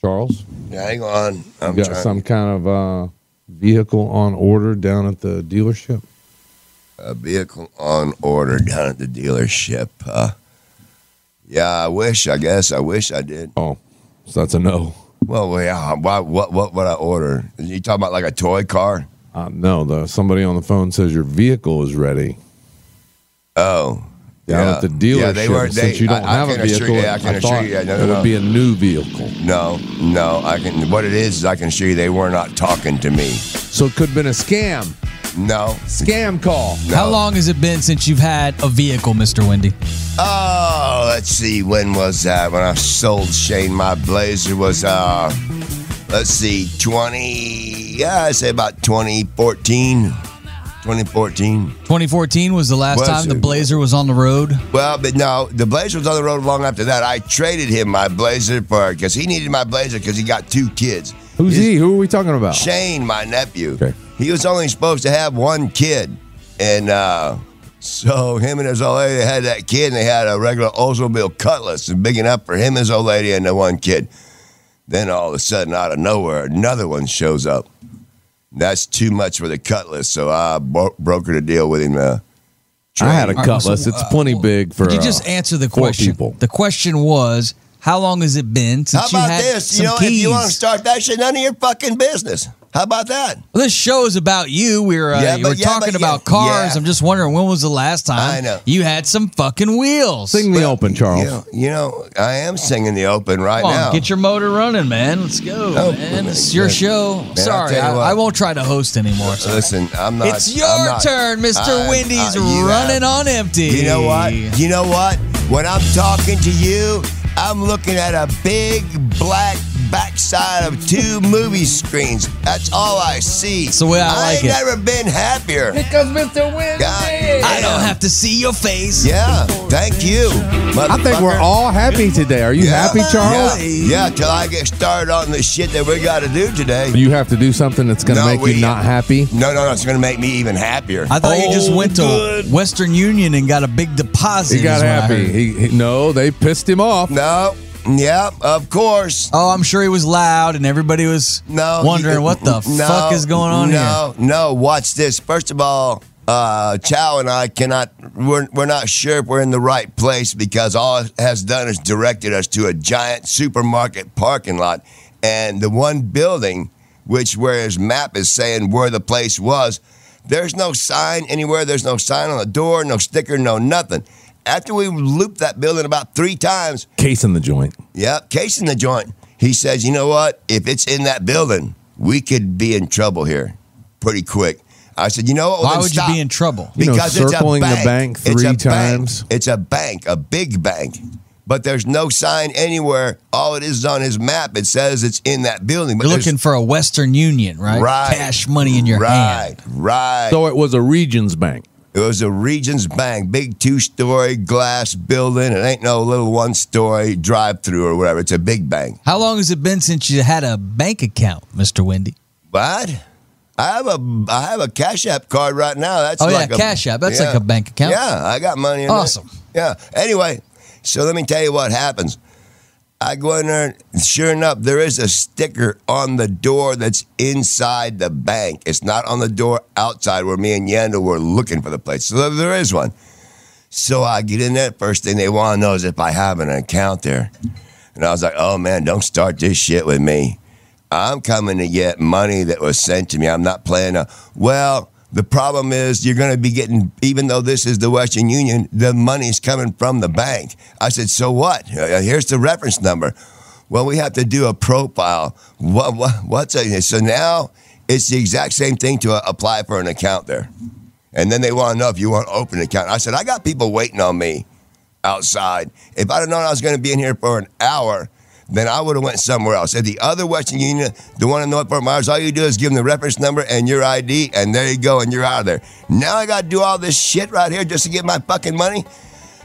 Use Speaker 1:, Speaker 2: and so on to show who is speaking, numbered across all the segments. Speaker 1: Charles?
Speaker 2: Hang on. I'm
Speaker 1: you got
Speaker 2: trying.
Speaker 1: some kind of uh, vehicle on order down at the dealership?
Speaker 2: a vehicle on order down at the dealership. Uh, yeah, I wish. I guess I wish I did.
Speaker 1: Oh, so that's a no.
Speaker 2: Well, yeah. Why, what? What would I order? You talking about like a toy car?
Speaker 1: Uh, no, the, somebody on the phone says your vehicle is ready.
Speaker 2: Oh,
Speaker 1: Down
Speaker 2: yeah.
Speaker 1: at the dealership.
Speaker 2: Yeah, they were. They,
Speaker 1: Since you don't
Speaker 2: I,
Speaker 1: have
Speaker 2: I
Speaker 1: a
Speaker 2: can
Speaker 1: vehicle,
Speaker 2: Assure you, I can
Speaker 1: I
Speaker 2: assure
Speaker 1: thought
Speaker 2: you. Yeah, no,
Speaker 1: it
Speaker 2: no,
Speaker 1: would
Speaker 2: no.
Speaker 1: be a new vehicle.
Speaker 2: no, no. I can. What it is, is I can assure you they were not talking to me.
Speaker 1: So it could have been a scam.
Speaker 2: No.
Speaker 1: Scam call.
Speaker 2: no.
Speaker 3: How long has it been since you've had a vehicle, Mr. Wendy?
Speaker 2: Oh, let's see. When was that? When I sold Shane my Blazer was uh, let's see, twenty. Yeah, I say about 2014. 2014.
Speaker 3: 2014 was the last
Speaker 2: Was
Speaker 3: time the
Speaker 2: it?
Speaker 3: Blazer was on the road.
Speaker 2: Well, but no, the Blazer was on the road long after that. I traded him my Blazer for because he needed my Blazer because he got two kids.
Speaker 1: Who's
Speaker 2: His-
Speaker 1: he? Who are we talking about?
Speaker 2: Shane, my nephew.
Speaker 1: Okay.
Speaker 2: He was only supposed to have one kid. And uh, so him and his old lady had that kid, and they had a regular Oldsmobile Cutlass, and big enough for him, his old lady, and the one kid. Then all of a sudden, out of nowhere, another one shows up. That's too much for the Cutlass, so I bro- brokered a deal with him. Uh,
Speaker 1: I had a
Speaker 3: All right, well, so,
Speaker 1: cutlass. it's
Speaker 3: uh,
Speaker 1: plenty
Speaker 3: well,
Speaker 1: big for.
Speaker 3: Could you
Speaker 1: uh,
Speaker 3: just answer the
Speaker 1: four
Speaker 3: question?
Speaker 1: people.
Speaker 3: The question was, how long has it been since
Speaker 2: How
Speaker 3: you
Speaker 2: about
Speaker 3: had
Speaker 2: this?
Speaker 3: some
Speaker 2: You know,
Speaker 3: keys?
Speaker 2: if you want to start that shit, none of your fucking business. How about that?
Speaker 3: Well, this show is about you. We We're uh,
Speaker 2: Yeah,
Speaker 3: we
Speaker 2: but-
Speaker 3: we're
Speaker 2: yeah,
Speaker 3: talking
Speaker 2: but yeah,
Speaker 3: about cars.
Speaker 2: yeah.
Speaker 3: I'm just wondering when was the last time
Speaker 2: I know.
Speaker 3: you had some fucking wheels?
Speaker 1: Sing the open, Charles.
Speaker 2: You know, you know, I am singing the open right
Speaker 3: Come on,
Speaker 2: now.
Speaker 3: get your motor running, man. Let's go,
Speaker 2: Oh,
Speaker 3: man.
Speaker 2: man,
Speaker 3: It's your
Speaker 2: man.
Speaker 3: show.
Speaker 2: I'll
Speaker 3: Sorry,
Speaker 2: tell you
Speaker 3: I,
Speaker 2: what.
Speaker 3: I won't try to host anymore. Sorry.
Speaker 2: Listen, I'm not.
Speaker 3: it's your
Speaker 2: Uh, I'm not-
Speaker 3: turn, Mr.
Speaker 2: I'm-
Speaker 3: Wendy's
Speaker 2: uh, you
Speaker 3: running
Speaker 2: have-
Speaker 3: on empty.
Speaker 2: You know what? You know what? When I'm talking to you, I'm looking at a big black backside of two movie screens. That's all I see.
Speaker 3: It's the way I like
Speaker 2: ain't
Speaker 3: it.
Speaker 2: never been happier.
Speaker 1: Because Mr. Win.
Speaker 2: God,
Speaker 3: I don't
Speaker 2: damn.
Speaker 3: have to see your face.
Speaker 2: Yeah, thank you.
Speaker 1: I think we're
Speaker 2: motherfucker.
Speaker 1: all happy today. Are you happy, Charles?
Speaker 2: Yeah, yeah, till I get started on the shit that we got to do today.
Speaker 1: You have to do something that's going to
Speaker 2: No,
Speaker 1: make you
Speaker 2: we-
Speaker 1: not happy.
Speaker 2: No, no, no. It's going to make me even happier.
Speaker 3: I thought you just
Speaker 1: Oh,
Speaker 3: went to
Speaker 1: good.
Speaker 3: Western Union and got a big deposit.
Speaker 1: He got
Speaker 3: is what I
Speaker 1: happy.
Speaker 3: heard.
Speaker 1: He, he- no, they pissed him off.
Speaker 2: Oh, no. Yeah, of course.
Speaker 3: Oh, I'm sure he was loud and everybody was
Speaker 2: No.
Speaker 3: wondering
Speaker 2: you-
Speaker 3: what the
Speaker 2: no,
Speaker 3: fuck is going on
Speaker 2: No, no. Watch this. First of all, uh, Chow and I cannot. We're, we're not sure if we're in the right place because all it has done is directed us to a giant supermarket parking lot, and the one building, which where his map is saying where the place was, there's no sign anywhere. There's no sign on the door. No sticker. No nothing. After we looped that building about three times,
Speaker 1: Case in the joint.
Speaker 2: Yep, case in the joint. He says, you know what? If it's in that building, we could be in trouble here pretty quick. I said, you know what?
Speaker 3: here.
Speaker 2: Well,
Speaker 3: Why
Speaker 2: then
Speaker 3: would
Speaker 2: stop.
Speaker 3: you be in trouble?
Speaker 1: You know,
Speaker 2: Because it's a
Speaker 1: circling the
Speaker 2: bank.
Speaker 1: bank
Speaker 2: It's a
Speaker 1: three
Speaker 2: bank.
Speaker 1: times.
Speaker 2: It's a bank, a big bank. But there's no sign anywhere. All it is is on his map. It says it's in that building. But
Speaker 3: You're
Speaker 2: there's-
Speaker 3: looking for a Western Union, right?
Speaker 2: Right.
Speaker 3: Cash money in your
Speaker 2: right,
Speaker 3: hand.
Speaker 2: right.
Speaker 1: So it was a Regions Bank.
Speaker 2: It was a Regions Bank, big two story glass building. It ain't no little one story drive through or whatever. It's a big bank.
Speaker 3: How long has it been since you had a bank account, Mr. Wendy?
Speaker 2: But I have a I have a Cash App card right now. That's
Speaker 3: Oh, yeah,
Speaker 2: like a,
Speaker 3: Cash App. That's like a bank account.
Speaker 2: Yeah, I got money. In
Speaker 3: Awesome.
Speaker 2: That. Yeah. Anyway, so let me tell you what happens. I go in there, and sure enough, there is a sticker on the door that's inside the bank. It's not on the door outside where me and Yandel were looking for the place. So there- there is one. So I get in there. First thing they want to know is if I have an account there. And I was like, oh man, don't start this shit with me. I'm coming to get money that was sent to me. I'm not playing a, well, the problem is you're going to be getting, even though this is the Western Union, the money's coming from the bank. I said, so what? Uh, Here's the reference number. Well, we have to do a profile. What, what, what's a, so now it's the exact same thing to uh, apply for an account there. And then they want to know if you want to open an account. I said, I got people waiting on me outside. If I'd have known I was going to be in here for an hour, then I would have went somewhere else. At the other Western Union, the one in North Fort Myers, all you do is give them the reference number and your ID, and there you go, and you're out of there. Now I got to do all this shit right here just to get my fucking money.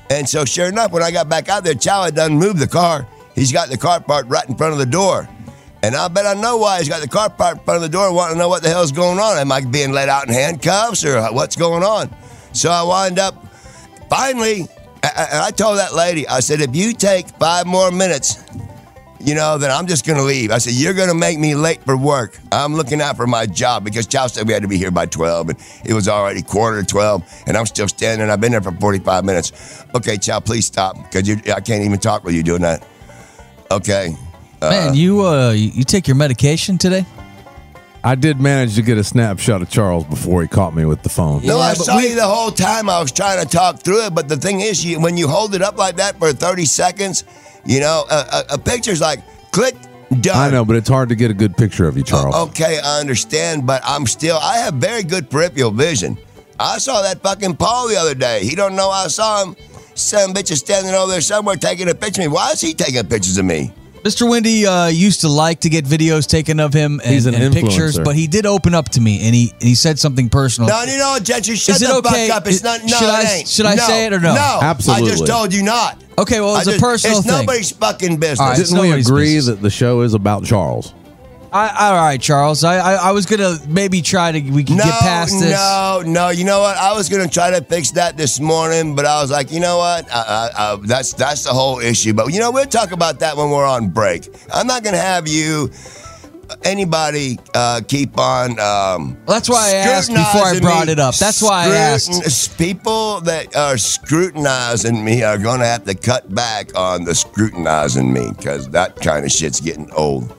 Speaker 2: And so, sure enough, when I got back out there, Chow had done moved the car. He's got the car parked right in front of the door. And I bet I know why he's got the car parked in front of the door, wanting to know what the hell's going on. Am I being let out in handcuffs or what's going on? So I wind up finally, I, I I told that lady, I said, if you take five more minutes, you know, that I'm just going to leave. I said, You're going to make me late for work. I'm looking out for my job because Chow said we had to be here by 12, and it was already quarter to 12, and I'm still standing. I've been there for 45 minutes. Okay, Chow, please stop because you- I can't even talk with you doing that. Okay.
Speaker 3: Man, you uh, you you take your medication today?
Speaker 1: I did manage to get a snapshot of Charles before he caught me with the phone.
Speaker 2: No,
Speaker 3: Yeah,
Speaker 2: I
Speaker 3: but
Speaker 2: saw
Speaker 3: we-
Speaker 2: you the whole time. I was trying to talk through it, but the thing is, you, when you hold it up like that for 30 seconds, you know, a, a, a picture's like click, done.
Speaker 1: I know, but it's hard to get a good picture of you,
Speaker 2: Oh,
Speaker 1: Charles.
Speaker 2: Okay, I understand, but I'm still. I have very good peripheral vision. I saw that fucking Paul the other day. He don't know I saw him. Some bitch is standing over there somewhere taking a picture of me. Why is he taking pictures of me?
Speaker 3: Mr. Wendy uh, used to like to get videos taken of him and,
Speaker 1: He's an
Speaker 3: and pictures,
Speaker 1: influencer.
Speaker 3: but he did open up to me and he and he said something personal.
Speaker 2: No, you know, Gentry, shut
Speaker 3: Is it
Speaker 2: the
Speaker 3: okay?
Speaker 2: fuck up. It's not. No,
Speaker 3: Should
Speaker 2: it
Speaker 3: I-
Speaker 2: ain't.
Speaker 3: should I
Speaker 2: No,
Speaker 3: say it or no?
Speaker 2: No, I
Speaker 1: Absolutely.
Speaker 2: just told you not.
Speaker 3: Okay, well,
Speaker 2: I
Speaker 3: it's a
Speaker 2: just-
Speaker 3: personal
Speaker 2: It's
Speaker 3: thing.
Speaker 2: nobody's fucking business.
Speaker 3: All right,
Speaker 1: Didn't we
Speaker 3: Nobody's
Speaker 1: agree
Speaker 3: business.
Speaker 1: that the show is about Charles?
Speaker 3: I, all right, Charles. I, I I was gonna maybe try to we could get past this.
Speaker 2: No, no. You know what? I was gonna try to fix that this morning, but I was like, you know what? I, I, I, that's that's the whole issue. But you know, we'll talk about that when we're on break. I'm not gonna have you. Anybody uh, keep on? Um,
Speaker 3: That's why I asked before I
Speaker 2: scrutinizing
Speaker 3: brought
Speaker 2: me.
Speaker 3: it up. That's why I asked.
Speaker 2: Scrutin- People that are scrutinizing me are going to have to cut back on the scrutinizing me because that kind of shit's getting old.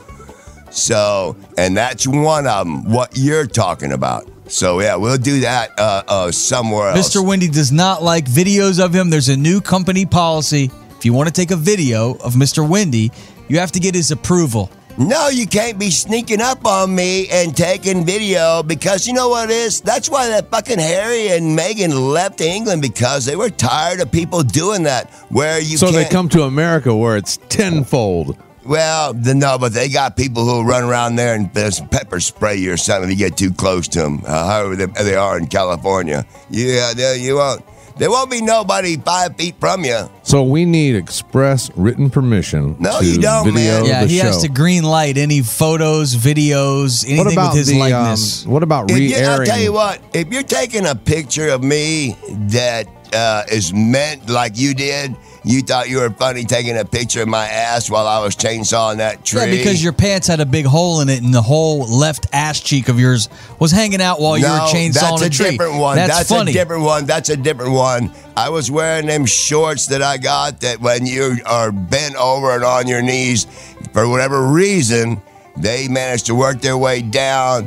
Speaker 2: So, and that's one of them, what you're talking about. So, yeah, we'll do that uh, uh, somewhere else.
Speaker 3: Mr. Wendy does not like videos of him. There's a new company policy. If you want to take a video of Mr. Wendy, you have to get his approval.
Speaker 2: No, you can't be sneaking up on me and taking video because you know what it is? That's why that fucking Harry and Meghan left England because they were tired of people doing that. Where you
Speaker 1: so
Speaker 2: can't,
Speaker 1: they come to America where it's tenfold.
Speaker 2: Well, th- no, but they got people who run around there and just pepper spray you or something if you get too close to them. Uh, however they, they are in California. Yeah, they, you won't. There won't be nobody five feet from you.
Speaker 1: So we need express written permission.
Speaker 2: No,
Speaker 1: to
Speaker 2: you don't, man.
Speaker 1: video
Speaker 3: yeah,
Speaker 1: the
Speaker 3: he
Speaker 1: show.
Speaker 3: has to green light any photos, videos, anything
Speaker 1: what about
Speaker 3: with his
Speaker 1: the,
Speaker 3: likeness.
Speaker 1: Um, what about
Speaker 2: If you, I'll
Speaker 1: re-airing?
Speaker 2: tell you what. If you're taking a picture of me that uh, is meant like you did, you thought you were funny taking a picture of my ass while I was chainsawing that tree.
Speaker 3: yeah, because your pants had a big hole in it, and the whole left ass cheek of yours was hanging out while you were chainsawing
Speaker 2: that's a,
Speaker 3: tree.
Speaker 2: different one.
Speaker 3: That's,
Speaker 2: That's,
Speaker 3: funny.
Speaker 2: a different one. That's a different one. I was wearing them shorts that I got that when you are bent over and on your knees, for whatever reason, they managed to work their way down.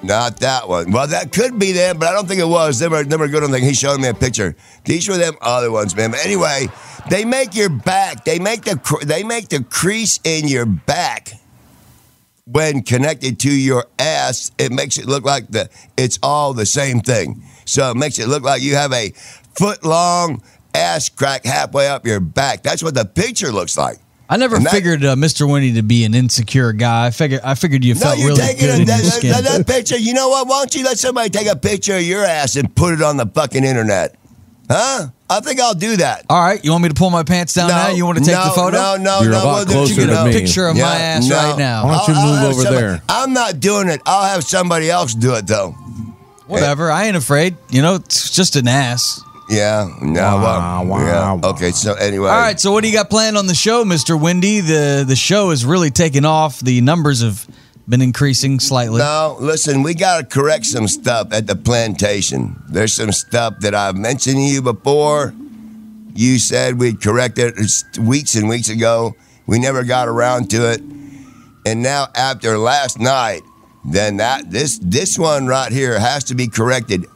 Speaker 2: Not that one. Well, that could be them, but I don't think it was. They were, they were good on thing. He showed me a picture. These were them other ones, man. But anyway, they make your back. They make the cr- they make the crease in your back when connected to your ass, it makes it look like the it's all the same thing. So it makes it look like you have a foot long ass crack halfway up your back. That's what the picture looks like.
Speaker 3: I never
Speaker 2: And that-
Speaker 3: figured uh, Mr. Winnie to be an insecure guy. I figured I figured you
Speaker 2: No,
Speaker 3: felt
Speaker 2: you're
Speaker 3: really
Speaker 2: taking
Speaker 3: good
Speaker 2: a,
Speaker 3: in
Speaker 2: that,
Speaker 3: your
Speaker 2: that-
Speaker 3: skin.
Speaker 2: that picture. You know what? Why don't you let somebody take a picture of your ass and put it on the fucking internet? Huh? I think I'll do that.
Speaker 3: All right, you want me to pull my pants down now? You want to take
Speaker 2: no,
Speaker 3: the photo?
Speaker 2: No, no,
Speaker 1: You're
Speaker 2: no.
Speaker 1: a lot
Speaker 2: we'll do-
Speaker 1: closer
Speaker 3: You get
Speaker 1: to
Speaker 3: a
Speaker 1: me.
Speaker 3: picture of my
Speaker 2: Yeah,
Speaker 3: ass
Speaker 2: no.
Speaker 3: right now.
Speaker 1: Why don't you
Speaker 2: I'll- I'll
Speaker 1: move
Speaker 2: have
Speaker 1: over
Speaker 2: somebody-
Speaker 1: there?
Speaker 2: I'm not doing it. I'll have somebody else do it though.
Speaker 3: Whatever. I ain't afraid. You know, it's just an ass.
Speaker 2: Yeah. No.
Speaker 1: Wow,
Speaker 2: well,
Speaker 1: wow,
Speaker 2: yeah.
Speaker 1: wow.
Speaker 2: Okay. So anyway.
Speaker 3: All right. So, what do you got planned on the show, Mister Wendy? The the show is really taking off. The numbers have been increasing slightly.
Speaker 2: No, listen, we got to correct some stuff at the plantation. There's some stuff that I've mentioned to you before. You said we'd correct it it's weeks and weeks ago. We never got around to it. And now after last night, then that this this one right here has to be corrected.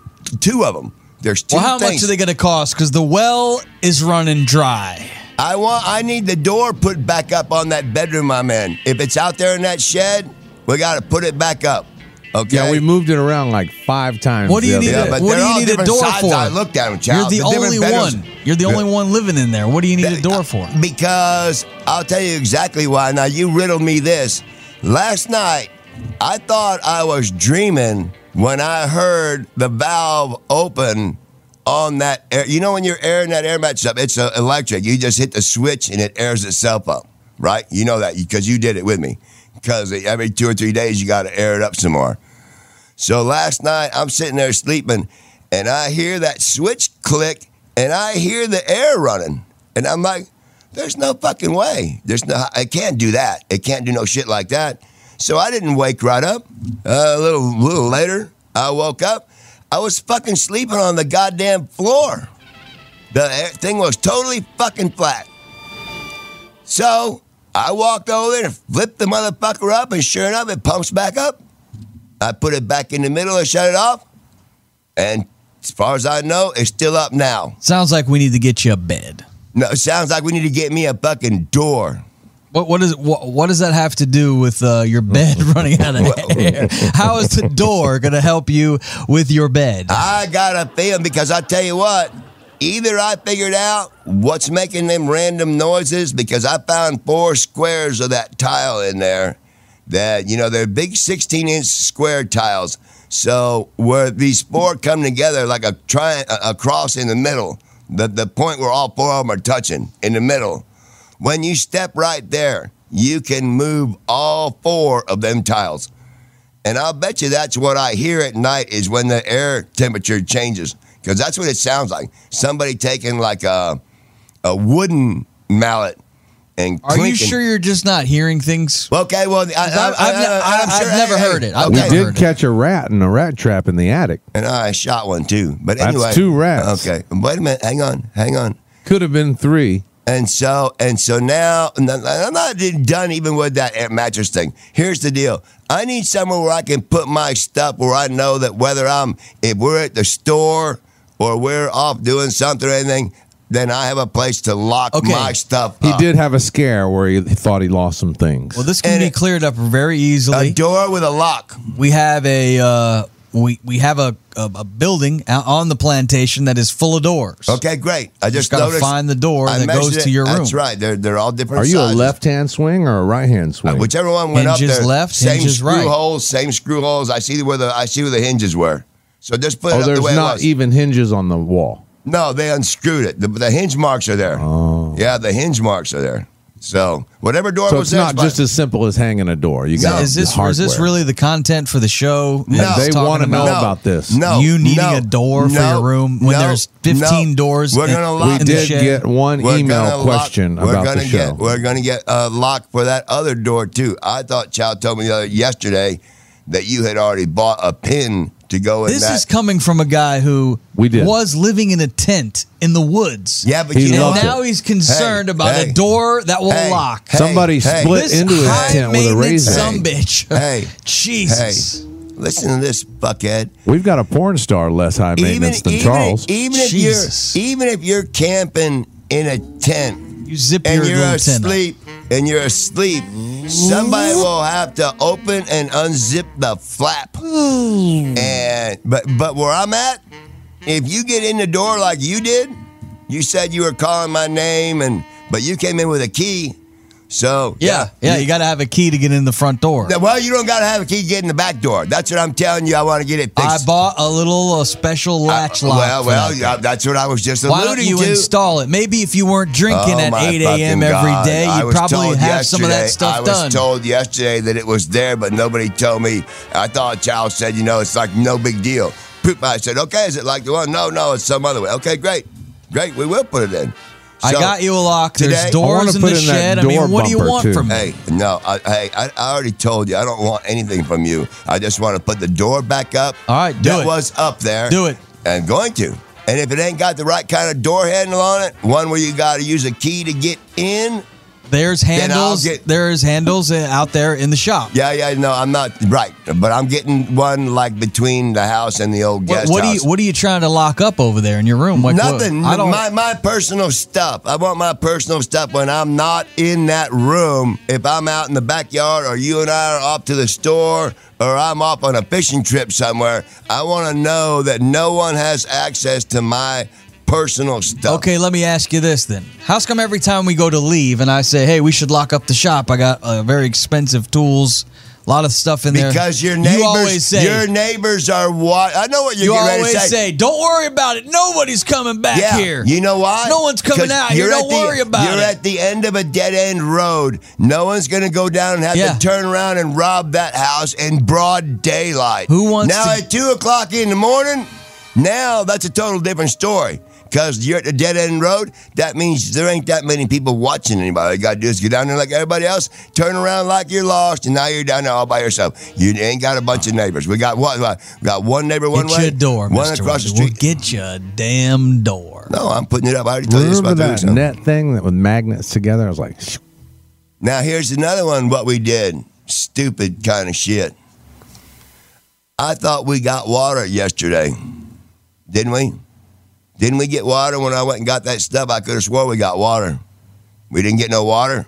Speaker 2: Two of them. There's two
Speaker 3: Well, how
Speaker 2: things.
Speaker 3: much are they going to cost? Because the well is running dry.
Speaker 2: I want. I need the door put back up on that bedroom I'm in. If it's out there in that shed, we got to put it back up. Okay.
Speaker 1: yeah, we moved it around like five times.
Speaker 3: What do
Speaker 1: the
Speaker 3: you
Speaker 1: other
Speaker 3: need
Speaker 1: day.
Speaker 3: a-
Speaker 2: Yeah, but
Speaker 3: what
Speaker 2: they're
Speaker 3: do you
Speaker 2: all
Speaker 3: need a
Speaker 2: different
Speaker 3: door
Speaker 2: sides.
Speaker 3: for?
Speaker 2: I looked at them,
Speaker 3: You're
Speaker 2: child.
Speaker 3: the,
Speaker 2: different
Speaker 3: only
Speaker 2: bedrooms.
Speaker 3: one. You're the only one living in there. What do you need a door for?
Speaker 2: Because I'll tell you exactly why. Now you riddled me this. Last night, I thought I was dreaming when I heard the valve open on that air. You know when you're airing that air mattress up, it's uh, electric. You just hit the switch and it airs itself up, right? You know that because you did it with me. Because every two or three days you got to air it up some more. So last night I'm sitting there sleeping and I hear that switch click and I hear the air running. And I'm like, There's no fucking way. There's no. I can't do that. It can't do no shit like that. So I didn't wake right up. Uh, a little, little later, I woke up. I was fucking sleeping on the goddamn floor. The air- thing was totally fucking flat. So I walked over there and flipped the motherfucker up, and sure enough, it pumps back up. I put it back in the middle and shut it off. And as far as I know, it's still up now.
Speaker 3: Sounds like we need to get you a bed.
Speaker 2: No, it sounds like we need to get me a fucking door.
Speaker 3: What what is what, what does that have to do with uh, your bed running out of air? How is the door going to help you with your bed?
Speaker 2: I got a feeling because I tell you what, either I figured out what's making them random noises because I found four squares of that tile in there that, you know, they're big 16 inch square tiles. So where these four come together like a, tri- a a cross in the middle, the, the point where all four of them are touching in the middle. When you step right there, you can move all four of them tiles. And I'll bet you that's what I hear at night is when the air temperature changes. Because that's what it sounds like. Somebody taking like a, a wooden mallet and
Speaker 3: Are you
Speaker 2: clinking.
Speaker 3: sure you're just not hearing things?
Speaker 2: Okay, well, I,
Speaker 3: I've-
Speaker 2: I,
Speaker 3: I've ne-
Speaker 2: am
Speaker 3: I've
Speaker 2: sure,
Speaker 3: never
Speaker 2: hey, hey,
Speaker 3: heard it. I've
Speaker 1: We
Speaker 3: never
Speaker 1: did
Speaker 3: heard it.
Speaker 1: catch a rat in a rat trap in the attic.
Speaker 2: And I shot one too. But
Speaker 1: That's
Speaker 2: anyway,
Speaker 1: two rats.
Speaker 2: Okay, wait a minute. Hang on, hang on.
Speaker 1: Could have been three.
Speaker 2: And so and so now and I'm not done even with that air mattress thing. Here's the deal. I need somewhere where I can put my stuff where I know that whether I'm if we're at the store or we're off doing something or anything, then I have a place to lock
Speaker 3: Okay.
Speaker 2: my stuff.
Speaker 1: He
Speaker 2: up.
Speaker 1: did have a scare where he thought he lost some things.
Speaker 3: Well, this can
Speaker 2: And
Speaker 3: be
Speaker 2: it-
Speaker 3: cleared up very
Speaker 2: a
Speaker 3: easily.
Speaker 2: door with a lock.
Speaker 3: We have a uh, we we have a, a a building out on the plantation that is full of doors.
Speaker 2: Okay, great. I just,
Speaker 3: gotta
Speaker 2: noticed-
Speaker 3: find the door
Speaker 2: I
Speaker 3: that goes
Speaker 2: measured
Speaker 3: to
Speaker 2: it.
Speaker 3: your
Speaker 2: That's
Speaker 3: room.
Speaker 2: right. They're they're all different.
Speaker 1: Are you a
Speaker 2: sizes.
Speaker 1: left hand swing or a right hand swing?
Speaker 2: Whichever one went
Speaker 3: Hinges
Speaker 2: up there,
Speaker 3: left,
Speaker 2: same
Speaker 3: hinges
Speaker 2: screw
Speaker 3: right.
Speaker 2: holes, same screw holes. I see where the I see where the hinges were. So just put it
Speaker 1: oh,
Speaker 2: up the
Speaker 1: there's
Speaker 2: way it
Speaker 1: not
Speaker 2: was.
Speaker 1: even hinges on the wall.
Speaker 2: no, they unscrewed it. The, the hinge marks are there.
Speaker 1: Oh.
Speaker 2: Yeah, the hinge marks are there. So whatever door
Speaker 1: So
Speaker 2: was
Speaker 1: it's
Speaker 2: there,
Speaker 1: not
Speaker 2: but-
Speaker 1: just as simple as hanging a door. You
Speaker 3: Now,
Speaker 1: got
Speaker 3: is this is this
Speaker 1: hardware.
Speaker 3: really the content for the show?
Speaker 2: Oh, No.
Speaker 3: It's
Speaker 1: They
Speaker 3: talking
Speaker 1: wanna know
Speaker 3: about-
Speaker 2: no,
Speaker 1: about this.
Speaker 2: No,
Speaker 3: You needing
Speaker 2: no,
Speaker 3: a door for
Speaker 2: no,
Speaker 3: your room when
Speaker 2: no,
Speaker 3: there's 15
Speaker 2: no.
Speaker 3: doors
Speaker 2: We're
Speaker 3: in-
Speaker 2: gonna
Speaker 1: We
Speaker 2: lock
Speaker 3: in the
Speaker 1: did
Speaker 3: shed?
Speaker 1: get one
Speaker 2: We're gonna
Speaker 1: email
Speaker 2: lock-
Speaker 1: question
Speaker 2: we're
Speaker 1: about
Speaker 2: gonna
Speaker 1: the show.
Speaker 2: Get, we're going to get a lock for that other door too. I thought Chow told me the other, yesterday that you had already bought a pin to go in
Speaker 3: This
Speaker 2: that.
Speaker 3: is coming from a guy who
Speaker 1: We did.
Speaker 3: was living in a tent in the woods.
Speaker 2: yeah, but
Speaker 1: He
Speaker 2: you
Speaker 3: and
Speaker 2: know
Speaker 1: loved
Speaker 2: what?
Speaker 1: it.
Speaker 3: now he's concerned
Speaker 2: Hey,
Speaker 3: about
Speaker 2: hey,
Speaker 3: a door that will
Speaker 2: hey,
Speaker 3: lock.
Speaker 2: hey,
Speaker 1: Somebody split
Speaker 3: this
Speaker 1: into his
Speaker 3: high
Speaker 1: tent with a
Speaker 3: maintenance
Speaker 1: razor.
Speaker 3: some bitch.
Speaker 2: Hey, Hey,
Speaker 3: Jesus.
Speaker 2: listen to this, fuckhead.
Speaker 1: We've got a porn star less high maintenance than
Speaker 2: even,
Speaker 1: Charles.
Speaker 2: Even if
Speaker 3: Jesus.
Speaker 2: you're even if you're camping in a tent
Speaker 3: You zip
Speaker 2: and
Speaker 3: your
Speaker 2: you're
Speaker 3: little tent. up.
Speaker 2: asleep and you're asleep, somebody will have to open and unzip the flap. And but but where I'm at, if you get in the door like you did, you said you were calling my name and but you came in with a key. So
Speaker 3: Yeah, yeah, you got to have a key to get in the front door.
Speaker 2: well, you don't gotta have a key to get in the back door. That's what I'm telling you. I want to get it
Speaker 3: I
Speaker 2: fixed.
Speaker 3: bought a little uh, special latch
Speaker 2: Uh,
Speaker 3: lock.
Speaker 2: Well,
Speaker 3: for
Speaker 2: well,
Speaker 3: that.
Speaker 2: yeah, that's what I was just
Speaker 3: Why
Speaker 2: alluding
Speaker 3: don't you
Speaker 2: to.
Speaker 3: install it? Maybe if you weren't drinking
Speaker 2: Oh,
Speaker 3: at
Speaker 2: my
Speaker 3: 8 a.m.
Speaker 2: fucking
Speaker 3: every
Speaker 2: God.
Speaker 3: day,
Speaker 2: I
Speaker 3: you
Speaker 2: was
Speaker 3: probably
Speaker 2: told
Speaker 3: have some of that
Speaker 2: yesterday- I
Speaker 3: stuff
Speaker 2: was
Speaker 3: done.
Speaker 2: told yesterday that it was there, but nobody told me. I thought a child said, you know, it's like no big deal. Poop. I said, okay, is it like the one? No, no, it's some other way. Okay, great, great. We will put it in.
Speaker 3: I
Speaker 2: So-
Speaker 3: got you a lock.
Speaker 2: today-
Speaker 3: There's
Speaker 2: I
Speaker 1: wanna
Speaker 3: doors in
Speaker 1: put
Speaker 3: the
Speaker 1: in that
Speaker 3: shed. I
Speaker 1: door
Speaker 3: mean, what do you
Speaker 1: bumper,
Speaker 3: want
Speaker 1: too.
Speaker 3: from me?
Speaker 2: Hey, no, I, hey, I, I already told you I don't want anything from you. I just want to put the door back up.
Speaker 3: All right, do
Speaker 2: that
Speaker 3: it.
Speaker 2: was up there.
Speaker 3: Do it.
Speaker 2: I'm going to. And if it ain't got the right kind of door handle on it, one where you got to use a key to get in.
Speaker 3: There's
Speaker 2: Then I'll
Speaker 3: handles.
Speaker 2: get-
Speaker 3: there's handles uh, out there in the shop.
Speaker 2: Yeah, yeah, no, I'm not right, but I'm getting one like between the house and the old
Speaker 3: What,
Speaker 2: guest
Speaker 3: what are you
Speaker 2: house.
Speaker 3: What are you trying to lock up over there in your room? Like, what-
Speaker 2: Nothing.
Speaker 3: I don't.
Speaker 2: My my personal stuff. I want my personal stuff when I'm not in that room. If I'm out in the backyard, or you and I are off to the store, or I'm off on a fishing trip somewhere, I want to know that no one has access to my personal stuff.
Speaker 3: okay, let me ask you this then. How's come every time we go to leave and I say, "Hey, we should lock up the shop. I got uh, very expensive tools, a lot of stuff in there."
Speaker 2: Because your neighbors,
Speaker 3: you always say,
Speaker 2: your neighbors are what I know what you're
Speaker 3: you
Speaker 2: getting ready
Speaker 3: always
Speaker 2: to
Speaker 3: say, "Don't worry about it. Nobody's coming back
Speaker 2: yeah,
Speaker 3: here."
Speaker 2: You know why?
Speaker 3: No one's coming
Speaker 2: 'Cause
Speaker 3: out here.
Speaker 2: you're at
Speaker 3: Don't
Speaker 2: the-
Speaker 3: worry about
Speaker 2: you're
Speaker 3: it.
Speaker 2: at the end of a dead end road. No one's going to go down and have
Speaker 3: Yeah.
Speaker 2: to turn around and rob that house in broad daylight.
Speaker 3: Who wants
Speaker 2: now
Speaker 3: to-
Speaker 2: at two o'clock in the morning? Now that's a total different story. Because you're at the dead end road, that means there ain't that many people watching anybody. All you got to do is get down there like everybody else, turn around like you're lost, and now you're down there all by yourself. You ain't got a bunch of neighbors. We got what? what- We got one neighbor one
Speaker 3: get
Speaker 2: way,
Speaker 3: your door,
Speaker 2: one
Speaker 3: Mr.
Speaker 2: across the
Speaker 3: Wendy.
Speaker 2: street.
Speaker 3: We'll get you a damn door.
Speaker 2: no, I'm putting it up. I already told you this
Speaker 1: Remember
Speaker 2: about three weeks
Speaker 1: that
Speaker 2: ago.
Speaker 1: net thing that with magnets together? I was like, "Shh."
Speaker 2: Now here's another one. What we did, stupid kind of shit. I thought we got water yesterday, didn't we? Didn't we get water when I went and got that stuff? I could have swore we got water. We didn't get no water.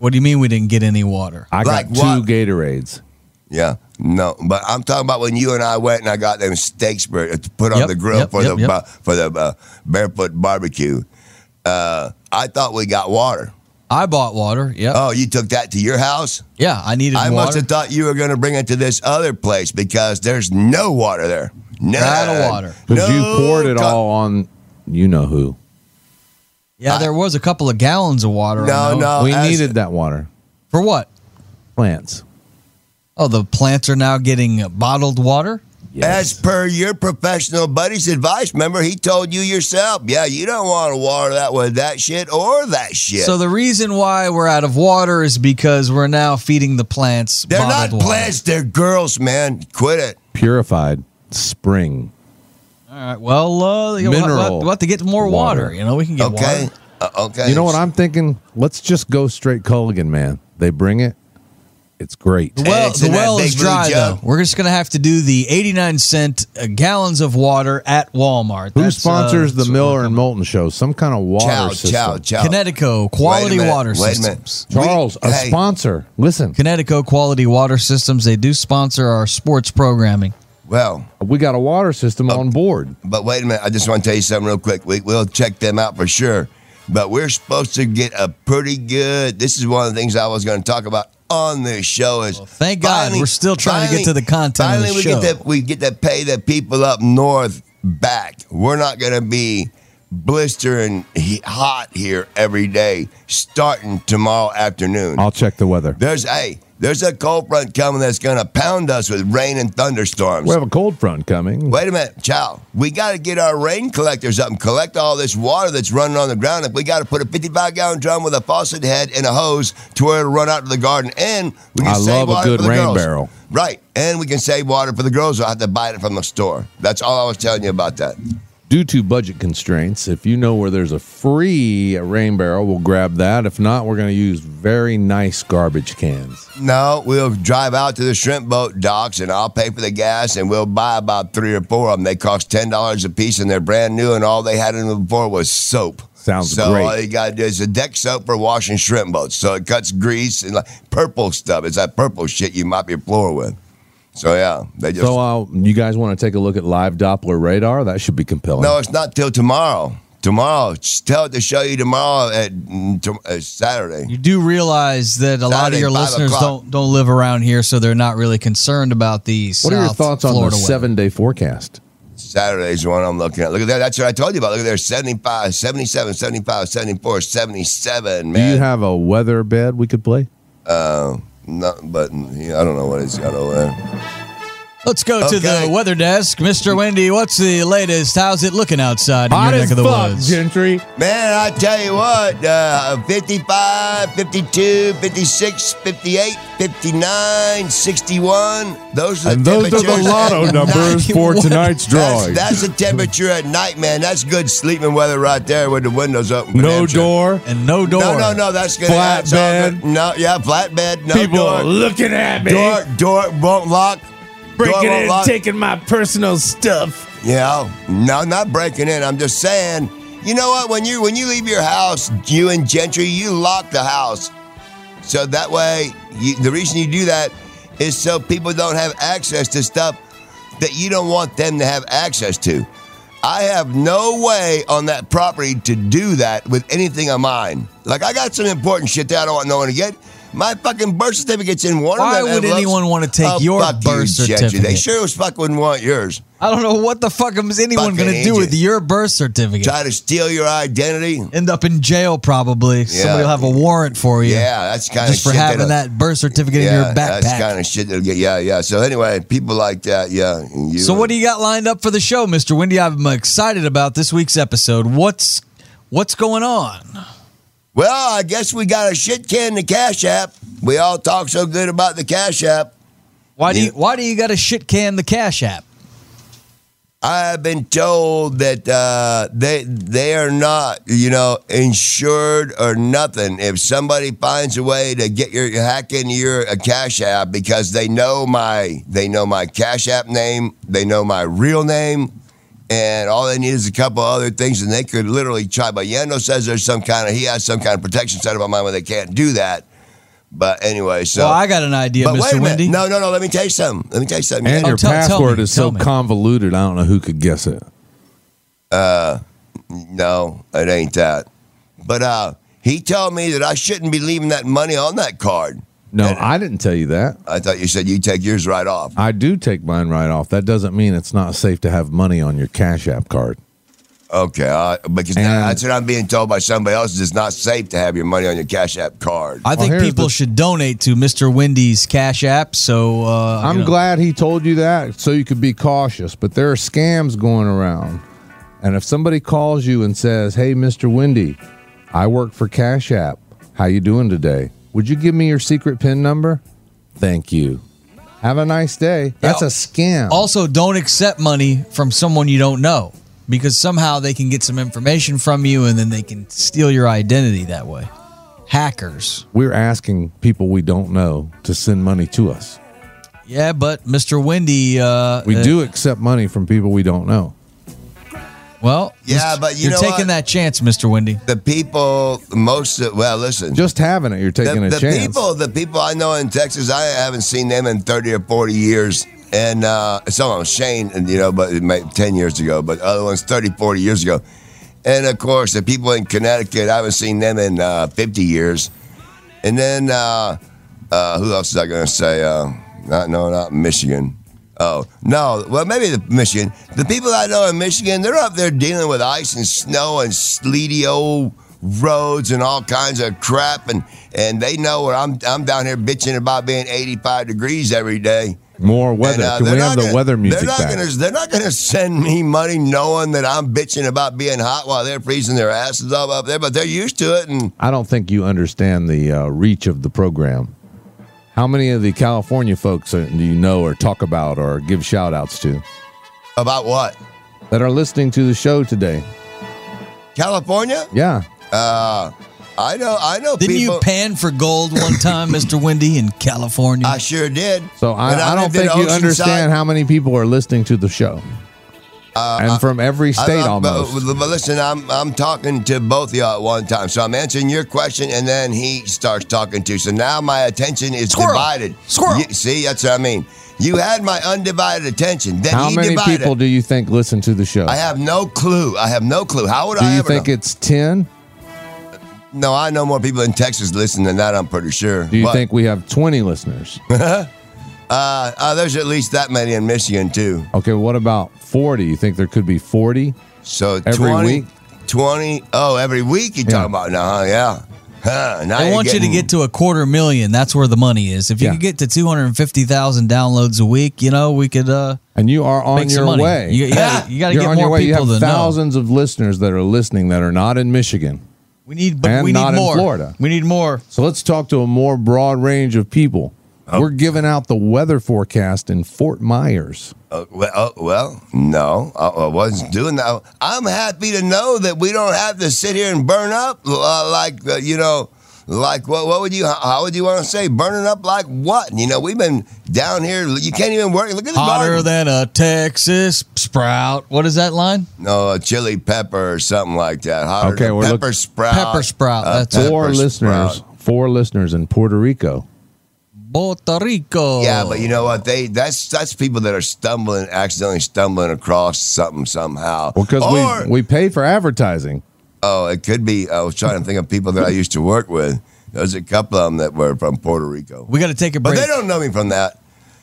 Speaker 3: What do you mean we didn't get any water?
Speaker 1: I
Speaker 2: Like
Speaker 1: got two
Speaker 2: what?
Speaker 1: Gatorades.
Speaker 2: Yeah, no. But I'm talking about when you and I went and I got them steaks bur- to put on
Speaker 3: Yep,
Speaker 2: the grill
Speaker 3: yep,
Speaker 2: for,
Speaker 3: yep,
Speaker 2: the,
Speaker 3: yep.
Speaker 2: ba- for the uh, barefoot barbecue. Uh, I thought we got water.
Speaker 3: I bought water. Yeah.
Speaker 2: Oh, you took that to your house?
Speaker 3: yeah, I needed
Speaker 2: I
Speaker 3: water.
Speaker 2: must have thought you were going to bring it to this other place because there's no water there. None.
Speaker 3: Not a water.
Speaker 1: Because you poured it
Speaker 2: co-
Speaker 1: all on you know who.
Speaker 3: yeah, there was a couple of gallons of water. I
Speaker 2: No,
Speaker 3: know.
Speaker 2: no.
Speaker 1: we
Speaker 2: Oh, as-
Speaker 1: needed that water.
Speaker 3: For what?
Speaker 1: Plants.
Speaker 3: Oh, the plants are now getting uh, bottled water.
Speaker 1: Yes.
Speaker 2: As per your professional buddy's advice, remember he told you yourself, yeah, you don't want to water that with that shit or that shit.
Speaker 3: So the reason why we're out of water is because we're now feeding the plants.
Speaker 2: they're not
Speaker 3: bottled water.
Speaker 2: plants, they're girls, man. Quit it.
Speaker 1: Purified spring.
Speaker 3: All right. Well, uh, you know, we'll have-
Speaker 1: Mineral
Speaker 3: We'll have to get more water.
Speaker 1: water.
Speaker 3: You know, we can get
Speaker 2: Okay.
Speaker 3: water.
Speaker 2: Uh, okay.
Speaker 1: You know what I'm thinking? Let's just go straight Culligan, man. They bring it. It's great.
Speaker 3: The well,
Speaker 2: it's in
Speaker 3: the
Speaker 2: that
Speaker 3: well
Speaker 2: big
Speaker 3: is
Speaker 2: blue
Speaker 3: dry
Speaker 2: jug.
Speaker 3: though. We're just gonna have to do the eighty-nine cent uh, gallons of water at Walmart.
Speaker 1: Who
Speaker 3: That's, uh,
Speaker 1: sponsors the
Speaker 3: that's what
Speaker 1: Miller
Speaker 3: we're-
Speaker 1: and Moulton show? Some kind of water
Speaker 2: Chow,
Speaker 1: system.
Speaker 2: chow, chow.
Speaker 3: Connecticut
Speaker 2: Wait a
Speaker 3: Quality
Speaker 2: minute,
Speaker 3: Water
Speaker 2: wait a minute.
Speaker 3: Systems.
Speaker 2: We-
Speaker 1: Charles, a
Speaker 2: hey,
Speaker 1: sponsor. Listen,
Speaker 3: Connecticut Quality Water Systems. They do sponsor our sports programming.
Speaker 2: Well,
Speaker 1: we got a water
Speaker 2: Oh.
Speaker 1: system on board.
Speaker 2: But wait a minute, I just want to tell you something real quick. We, we'll check them out for sure. But we're supposed to get a pretty good. This is one of the things I was going to talk about on this show. Is
Speaker 3: thank God we're still trying to get to the content of
Speaker 2: Finally,
Speaker 3: the
Speaker 2: we
Speaker 3: show.
Speaker 2: get to we get to pay the people up north back. We're not going to be blistering he- hot here every day starting tomorrow afternoon.
Speaker 1: I'll check the weather.
Speaker 2: There's hey, there's a cold front coming that's going to pound us with rain and thunderstorms.
Speaker 1: We have a cold front coming.
Speaker 2: Wait a minute, child. We got to get our rain collectors up and collect all this water that's running on the ground. If we got to put a 55 gallon drum with a faucet head and a hose to where it'll run out to the garden, and we can
Speaker 1: I love
Speaker 2: save
Speaker 1: a
Speaker 2: water
Speaker 1: good
Speaker 2: for the
Speaker 1: rain
Speaker 2: girls.
Speaker 1: barrel.
Speaker 2: Right, and we can save water for the girls. We'll have to buy it from the store. That's all I was telling you about that.
Speaker 1: Due to budget constraints, if you know where there's a free rain barrel, we'll grab that. If not, we're going to use very nice garbage cans.
Speaker 2: No, we'll drive out to the shrimp boat docks, and I'll pay for the gas, and we'll buy about three or four of them. They cost ten dollars a piece, and they're brand new, and all they had in them before was soap.
Speaker 1: Sounds
Speaker 2: so
Speaker 1: great.
Speaker 2: all you got to do is a deck soap for washing shrimp boats. So it cuts grease and like purple stuff. It's that purple shit you mop your floor with. So yeah, they just
Speaker 1: So, uh, you guys want to take a look at live Doppler radar? That should be compelling.
Speaker 2: no, it's not till tomorrow. Tomorrow, just tell it to show you tomorrow at mm, tom- uh, Saturday.
Speaker 3: You do realize that a lot of
Speaker 2: Saturday,
Speaker 3: your
Speaker 2: five
Speaker 3: listeners
Speaker 2: o'clock.
Speaker 3: don't don't live around here, so they're not really concerned about the.
Speaker 1: what are your thoughts on
Speaker 3: Florida
Speaker 1: the
Speaker 3: weather.
Speaker 1: seven day forecast?
Speaker 2: Saturday's the one I'm looking at. Look at that. That's what I told you about. Look at there 75, 77, 75, 74, 77,
Speaker 1: Do
Speaker 2: man. Uh,
Speaker 1: you have a weather bed we could play?
Speaker 2: no, but yeah, I don't know what it's got over there.
Speaker 3: Let's go to
Speaker 2: Okay.
Speaker 3: the weather desk, Mr. Wendy. What's the latest? How's it looking outside in your neck of the woods?
Speaker 1: Gentry.
Speaker 2: Man, I tell you what, uh, 55, 52, 56, 58, 59, 61. Those are the
Speaker 1: And those are
Speaker 2: temperatures.
Speaker 1: the lotto
Speaker 2: at
Speaker 1: numbers
Speaker 2: night.
Speaker 1: for tonight's drawing.
Speaker 2: That's, that's the temperature at night, man. That's good sleeping weather right there with the windows open.
Speaker 1: no
Speaker 2: Hampshire.
Speaker 1: door.
Speaker 3: And no door.
Speaker 2: No, no, no. That's good.
Speaker 1: Flat
Speaker 2: that's all good.
Speaker 1: bed.
Speaker 2: No, yeah, flat bed. No
Speaker 1: People
Speaker 2: door.
Speaker 1: looking at me.
Speaker 2: Door, door won't lock. door
Speaker 1: breaking
Speaker 2: won't
Speaker 1: in,
Speaker 2: lock.
Speaker 1: taking my personal stuff.
Speaker 2: Yeah, no, not breaking in. I'm just saying. You know what? When you when you leave your house, you and Gentry, you lock the house, so that way. You, the reason you do that is so people don't have access to stuff that you don't want them to have access to. I have no way on that property to do that with anything of mine. Like I got some important shit that I don't want no one to get. My fucking birth certificate's in one
Speaker 3: Why
Speaker 2: of them.
Speaker 3: would
Speaker 2: envelopes.
Speaker 3: anyone wanna take
Speaker 2: Oh,
Speaker 3: your
Speaker 2: fuck
Speaker 3: birth
Speaker 2: you, Gentry. They
Speaker 3: certificate?
Speaker 2: sure as fuck wouldn't want yours.
Speaker 3: I don't know what the fuck is anyone
Speaker 2: Fucking
Speaker 3: going to do with
Speaker 2: agent.
Speaker 3: your birth certificate.
Speaker 2: Try to steal your identity.
Speaker 3: End up in jail probably. Somebody will have a warrant for you.
Speaker 2: Yeah, that's kind
Speaker 3: Just
Speaker 2: of
Speaker 3: for
Speaker 2: shit
Speaker 3: having that birth certificate in your
Speaker 2: That's
Speaker 3: backpack.
Speaker 2: kind of shit that'll get. Yeah, yeah. So anyway, people like that. Yeah. You,
Speaker 3: So what do you got lined up for the show, Mister Wendy? I'm excited about this week's episode. What's what's going on?
Speaker 2: Well, I guess we got a shit can to Cash App. We all talk so good about the Cash App.
Speaker 3: Why do
Speaker 2: Yeah.
Speaker 3: you why do you got to shit can the Cash App?
Speaker 2: I've been told that uh, they they are not, you know, insured or nothing. If somebody finds a way to get your hack into your uh, Cash App because they know my they know my Cash App name, they know my real name, and all they need is a couple other things, and they could literally try. But Yendo says there's some kind of he has some kind of protection set up on mine where they can't do that. But anyway, so.
Speaker 3: well, I got an idea,
Speaker 2: but wait
Speaker 3: Mister
Speaker 2: a minute.
Speaker 3: Wendy.
Speaker 2: No, no, no. Let me tell you something. Let me tell you something.
Speaker 1: And
Speaker 3: Oh,
Speaker 1: your
Speaker 3: tell- tell
Speaker 1: password
Speaker 3: me,
Speaker 1: is
Speaker 3: tell
Speaker 1: so
Speaker 3: me.
Speaker 1: convoluted, I don't know who could guess it.
Speaker 2: No, it ain't that. But uh, he told me that I shouldn't be leaving that money on that card.
Speaker 1: No,
Speaker 2: And-
Speaker 1: I didn't tell you that.
Speaker 2: I thought you said you take yours right off.
Speaker 1: I do take mine right off. That doesn't mean it's not safe to have money on your Cash App card.
Speaker 2: Okay, uh, because
Speaker 1: And-
Speaker 2: that's what I'm being told by somebody else. It's not safe to have your money on your Cash App card.
Speaker 3: I think
Speaker 1: here's
Speaker 3: people
Speaker 1: the-
Speaker 3: should donate to Mister Wendy's Cash App. So uh,
Speaker 1: I'm
Speaker 3: you know,
Speaker 1: glad he told you that so you could be cautious, but there are scams going around. And if somebody calls you and says, "Hey, Mr. Wendy, I work for Cash App. How you doing today? Would you give me your secret PIN number?" Thank you. Have a nice day. That's a scam.
Speaker 3: Also, don't accept money from someone you don't know because somehow they can get some information from you and then they can steal your identity that way. Hackers.
Speaker 1: We're asking people we don't know to send money to us.
Speaker 3: Yeah, but Mister Wendy, uh,
Speaker 1: We
Speaker 3: uh,
Speaker 1: do accept money from people we don't know.
Speaker 3: Well,
Speaker 2: Yeah,
Speaker 3: Mr.
Speaker 2: but you
Speaker 3: you're
Speaker 2: know
Speaker 3: taking
Speaker 2: what?
Speaker 3: that chance, Mister Wendy.
Speaker 2: The people, most of, well, listen.
Speaker 1: Just having it, you're
Speaker 2: the,
Speaker 1: taking a
Speaker 2: the
Speaker 1: chance.
Speaker 2: people, the people I know in Texas, I haven't seen them in thirty or forty years. And uh, some of them, Shane, and, you know, but it might, ten years ago, but other ones 30, 40 years ago. And of course, the people in Connecticut, I haven't seen them in uh, fifty years. And then uh, uh, who else is I going to say? Uh, not no, not Michigan. Oh no, well maybe the Michigan. The people I know in Michigan, they're up there dealing with ice and snow and sleety old roads and all kinds of crap, and and they know where I'm. I'm down here bitching about being 85 degrees every day.
Speaker 1: More weather.
Speaker 2: And, uh,
Speaker 1: Can
Speaker 2: they're
Speaker 1: we
Speaker 2: not
Speaker 1: have the
Speaker 2: gonna-
Speaker 1: weather music
Speaker 2: They're not
Speaker 1: back?
Speaker 2: gonna they're not gonna send me money knowing that I'm bitching about being hot while they're freezing their asses off up there, but they're used to it and
Speaker 1: I don't think you understand the uh, reach of the program. How many of the California folks are, do you know or talk about or give shout outs to
Speaker 2: about what?
Speaker 1: that are listening to the show today?
Speaker 2: California?
Speaker 1: Yeah.
Speaker 2: Uh, I know I know
Speaker 3: Didn't
Speaker 2: people
Speaker 3: you pan for gold one time, Mister Wendy, in California?
Speaker 2: I sure did.
Speaker 1: So I,
Speaker 2: When
Speaker 1: I don't
Speaker 2: lived in
Speaker 1: think you
Speaker 2: Oceanside-
Speaker 1: understand how many people are listening to the show. and from every
Speaker 2: Uh, I- uh,
Speaker 1: state
Speaker 2: I- but-
Speaker 1: almost.
Speaker 2: But, listen, I'm I'm talking to both of y'all at one time, so I'm answering your question, and then he starts talking to. So now my attention is
Speaker 3: Squirrel.
Speaker 2: divided.
Speaker 3: Squirrel.
Speaker 2: You- see, that's what I mean. You had my undivided attention. Then
Speaker 1: how
Speaker 2: he
Speaker 1: many
Speaker 2: divided.
Speaker 1: people do you think listen to the show?
Speaker 2: I have no clue. I have no clue. How would
Speaker 1: do
Speaker 2: I
Speaker 1: you
Speaker 2: ever
Speaker 1: think
Speaker 2: know?
Speaker 1: it's 10?
Speaker 2: No, I know more people in Texas listen than that. I'm pretty sure.
Speaker 1: Do you
Speaker 2: But,
Speaker 1: think we have 20 listeners?
Speaker 2: Uh, uh, there's at least that many in Michigan too.
Speaker 1: okay, what about 40? You think there could be 40?
Speaker 2: So
Speaker 1: Every
Speaker 2: 20,
Speaker 1: week?
Speaker 2: 20 Oh, every week you
Speaker 1: Yeah.
Speaker 2: talking about? No, huh, yeah. Huh, now
Speaker 3: I
Speaker 2: you're
Speaker 3: want you to
Speaker 2: getting-
Speaker 3: get to a quarter million. That's where the money is. If you
Speaker 1: Yeah.
Speaker 3: could get to two hundred and fifty thousand downloads a week, you know we could uh,
Speaker 1: And you are on
Speaker 3: make some
Speaker 1: your
Speaker 3: money.
Speaker 1: way.
Speaker 3: You, you gotta, you gotta
Speaker 1: You're
Speaker 3: get
Speaker 1: on your
Speaker 3: more
Speaker 1: way. You
Speaker 3: people
Speaker 1: have
Speaker 3: to know.
Speaker 1: thousands of listeners that are listening that are not in Michigan.
Speaker 3: We need, but
Speaker 1: and
Speaker 3: we
Speaker 1: not
Speaker 3: need
Speaker 1: in
Speaker 3: more.
Speaker 1: Florida.
Speaker 3: We need more.
Speaker 1: So let's talk to a more broad range of people. We're giving out the weather forecast in Fort Myers.
Speaker 2: Uh, well, uh, well, no, I, I wasn't doing that. I'm happy to know that we don't have to sit here and burn up uh, like uh, you know, like what? What would you? How, how would you want to say burning up like what? You know, we've been down here. You can't even work. Look at the
Speaker 3: Hotter
Speaker 2: garden.
Speaker 3: than a Texas sprout. What is that line?
Speaker 2: no, a chili pepper or something like that. Hotter
Speaker 1: Okay,
Speaker 2: than
Speaker 1: we're
Speaker 2: pepper
Speaker 1: look-
Speaker 2: sprout.
Speaker 3: Pepper sprout, that's it.
Speaker 2: pepper
Speaker 1: Four listeners,
Speaker 2: sprout.
Speaker 1: four listeners in Puerto Rico.
Speaker 3: Puerto Rico.
Speaker 2: Yeah, but you know what? They that's that's people that are stumbling, accidentally stumbling across something somehow.
Speaker 1: Well, because
Speaker 2: Or-
Speaker 1: we we pay for advertising.
Speaker 2: Oh, it could be. I was trying to think of people that I used to work with. There's a couple of them that were from Puerto Rico,
Speaker 3: We got to take a
Speaker 2: but
Speaker 3: break.
Speaker 2: they don't know me from that.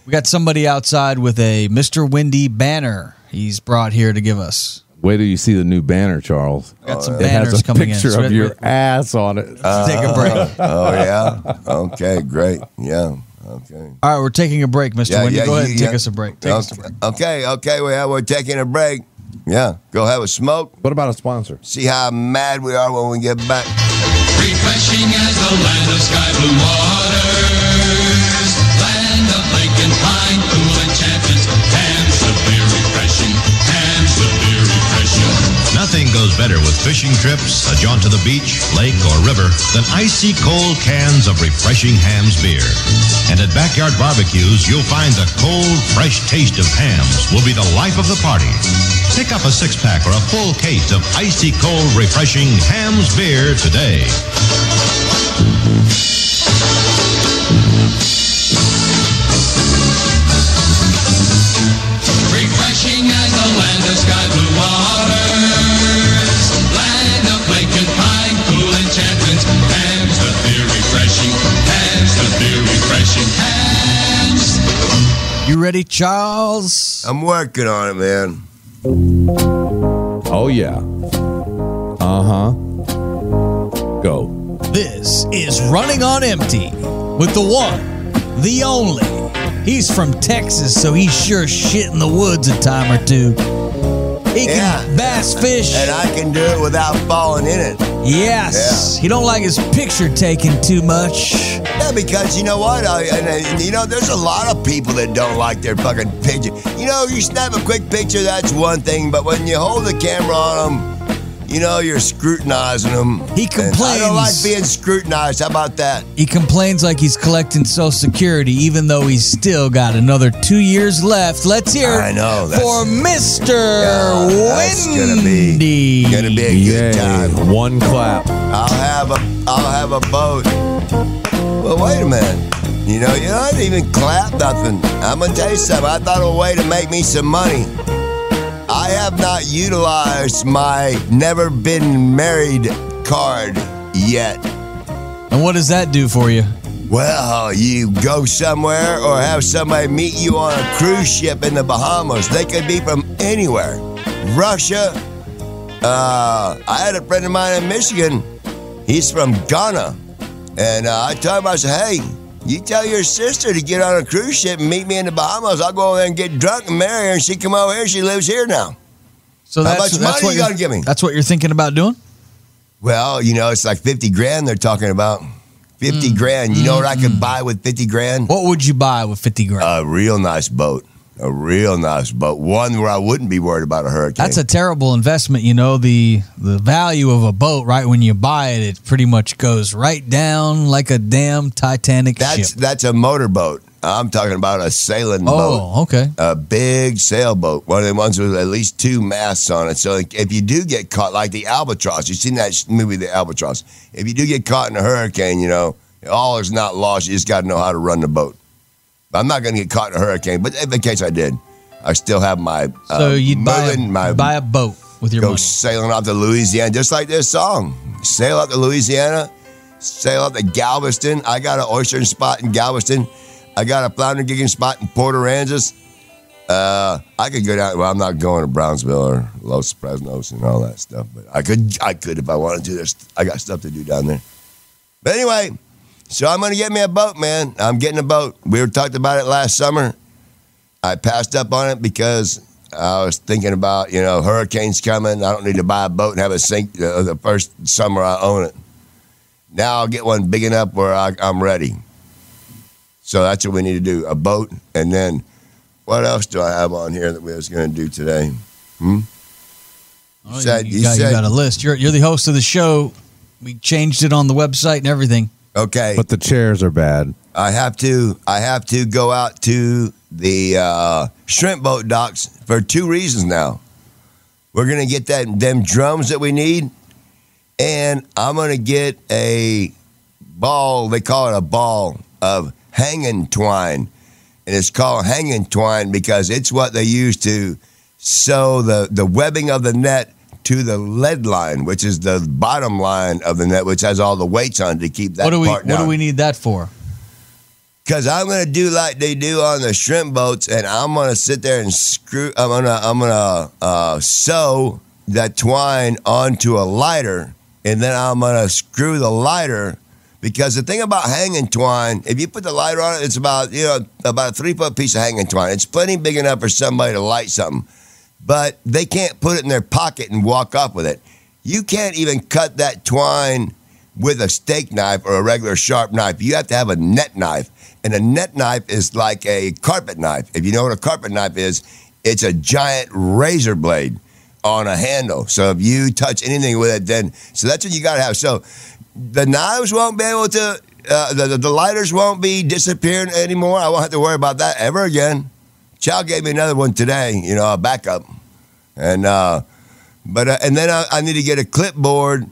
Speaker 3: We got somebody outside with a Mr. Windy banner he's brought here to give us.
Speaker 1: Wait till you see the new banner, Charles.
Speaker 3: We
Speaker 2: Oh,
Speaker 3: got some
Speaker 1: It
Speaker 3: banners
Speaker 1: has a
Speaker 3: coming in.
Speaker 1: picture
Speaker 3: So
Speaker 1: of
Speaker 3: we-
Speaker 1: your
Speaker 3: we-
Speaker 1: ass on it.
Speaker 3: let's take a break.
Speaker 2: Oh yeah. Okay. Great. Yeah. Okay.
Speaker 3: All right, we're taking a break, Mr.
Speaker 2: Yeah,
Speaker 3: Windy.
Speaker 2: yeah,
Speaker 3: Go ahead
Speaker 2: you-
Speaker 3: and take
Speaker 2: yeah.
Speaker 3: us a break. Take us a break.
Speaker 2: Okay, okay, we have, we're taking a break. Yeah, go have a smoke.
Speaker 1: What about a sponsor?
Speaker 2: See how mad we are when we get back.
Speaker 4: Refreshing as the land of sky blue waters, land of lake and pine, cool enchantment. Ham severe refreshing, ham severe refreshing.
Speaker 5: Nothing goes better with fishing trips, a jaunt to the beach, lake, or river than icy cold cans of refreshing hams beer. And at backyard barbecues, you'll find the cold, fresh taste of hams will be the life of the party. Pick up a six pack or a full case of icy cold, refreshing hams beer today.
Speaker 4: Refreshing as the land of sky blue waters, land of lake and pine, cool enchantment. Ham severe refreshing, ham severe refreshing, hams.
Speaker 3: You ready, Charles?
Speaker 2: I'm working on it, man.
Speaker 1: Oh yeah. Uh huh. Go.
Speaker 3: This is Running on Empty with the one, the only. He's from Texas, so he's sure shit in the woods a time or two. He can
Speaker 2: Yeah.
Speaker 3: bass fish.
Speaker 2: And I can do it without falling in it.
Speaker 3: yes. He don't like his picture taken too much.
Speaker 2: Yeah, because you know what? I, and, and you know, there's a lot of people that don't like their fucking picture. You know, you snap a quick picture, that's one thing, but when you hold the camera on them, you know, you're scrutinizing them.
Speaker 3: He
Speaker 2: I don't like
Speaker 3: complains.
Speaker 2: being scrutinized. How about that?
Speaker 3: He complains like he's collecting Social Security, even though he's still got another two years left. Let's hear it
Speaker 2: I know, that's-
Speaker 3: for Mr.
Speaker 2: Yeah, that's gonna be-
Speaker 3: Windy.
Speaker 2: Gonna be a good time.
Speaker 1: One clap.
Speaker 2: I'll have a I'll have a boat. Well, wait a minute. You know, you know, I didn't even clap nothing. I'm gonna tell you something. I thought of a way to make me some money. I have not utilized my never been married card yet.
Speaker 3: and what does that do for you?
Speaker 2: Well, you go somewhere or have somebody meet you on a cruise ship in the Bahamas. They could be from anywhere. Russia. Uh, I had a friend of mine in Michigan. He's from Ghana. And uh, I told him, I said, hey, you tell your sister to get on a cruise ship and meet me in the Bahamas. I'll go over there and get drunk and marry her. And she come over here. She lives here now.
Speaker 3: So
Speaker 2: How much
Speaker 3: that's, that's
Speaker 2: money
Speaker 3: what
Speaker 2: you
Speaker 3: you're-
Speaker 2: gonna give me?
Speaker 3: That's what you're thinking about doing?
Speaker 2: Well, you know, it's like 50 grand they're talking about. 50 grand. You know what I could buy with 50 grand?
Speaker 3: What would you buy with 50 grand?
Speaker 2: a real nice boat, a real nice boat, one where I wouldn't be worried about a hurricane.
Speaker 3: That's a terrible investment, you know. The the value of a boat, right when you buy it, it pretty much goes right down like a damn Titanic
Speaker 2: that's
Speaker 3: ship.
Speaker 2: that's a motorboat. I'm talking about a sailing boat,
Speaker 3: Oh, okay.
Speaker 2: a big sailboat, one of the ones with at least two masts on it. So like, if you do get caught, like the albatross, you've seen that sh- movie, The Albatross. If you do get caught in a hurricane, you know all is not lost. You just got to know how to run the boat. I'm not going to get caught in a hurricane, but in case I did, I still have my uh,
Speaker 3: So you'd buy a,
Speaker 2: moving, my
Speaker 3: buy a boat with your
Speaker 2: go
Speaker 3: money.
Speaker 2: sailing out to Louisiana, just like this song. Sail out to Louisiana, sail out to Galveston. I got an oystering spot in Galveston. I got a flounder gigging spot in Port Aransas. Uh, I could go down. Well, I'm not going to Brownsville or Los Fresnos and all that stuff, but I could. I could if I wanted to. There's, I got stuff to do down there. But anyway, so I'm gonna get me a boat, man. I'm getting a boat. We were talked about it last summer. I passed up on it because I was thinking about you know hurricanes coming. I don't need to buy a boat and have it sink uh, the first summer I own it. Now I'll get one big enough where I, I'm ready. So that's what we need to do: a boat, and then what else do I have on here that we was gonna do today?
Speaker 3: Oh, you-
Speaker 2: said-
Speaker 3: you,
Speaker 2: you
Speaker 3: got, you
Speaker 2: said-
Speaker 3: got a list. You're you're the host of the show. We changed it on the website and everything.
Speaker 2: Okay,
Speaker 1: But the chairs are bad.
Speaker 2: I have to I have to go out to the uh, shrimp boat docks for two reasons now. We're gonna get that them drums that we need, and I'm gonna get a ball. They call it a ball of hanging twine, and it's called hanging twine because it's what they use to sew the the webbing of the net to the lead line, which is the bottom line of the net, which has all the weights on it to keep that
Speaker 3: what do we
Speaker 2: part
Speaker 3: What
Speaker 2: down.
Speaker 3: do we need that for?
Speaker 2: Cause I'm gonna do like they do on the shrimp boats, and I'm gonna sit there and screw. I'm gonna I'm gonna uh, sew that twine onto a lighter, and then I'm gonna screw the lighter. Because the thing about hanging twine, if you put the lighter on it, it's about you know about a three foot piece of hanging twine. It's plenty big enough for somebody to light something, but they can't put it in their pocket and walk off with it. You can't even cut that twine with a steak knife or a regular sharp knife. You have to have a net knife. And a net knife is like a carpet knife. If you know what a carpet knife is, it's a giant razor blade on a handle. So if you touch anything with it, then, so that's what you gotta have. So the knives won't be able to, uh, the, the, the lighters won't be disappearing anymore. I won't have to worry about that ever again. Chow gave me another one today, you know, a backup. And, uh, but, uh, and then I, I need to get a clipboard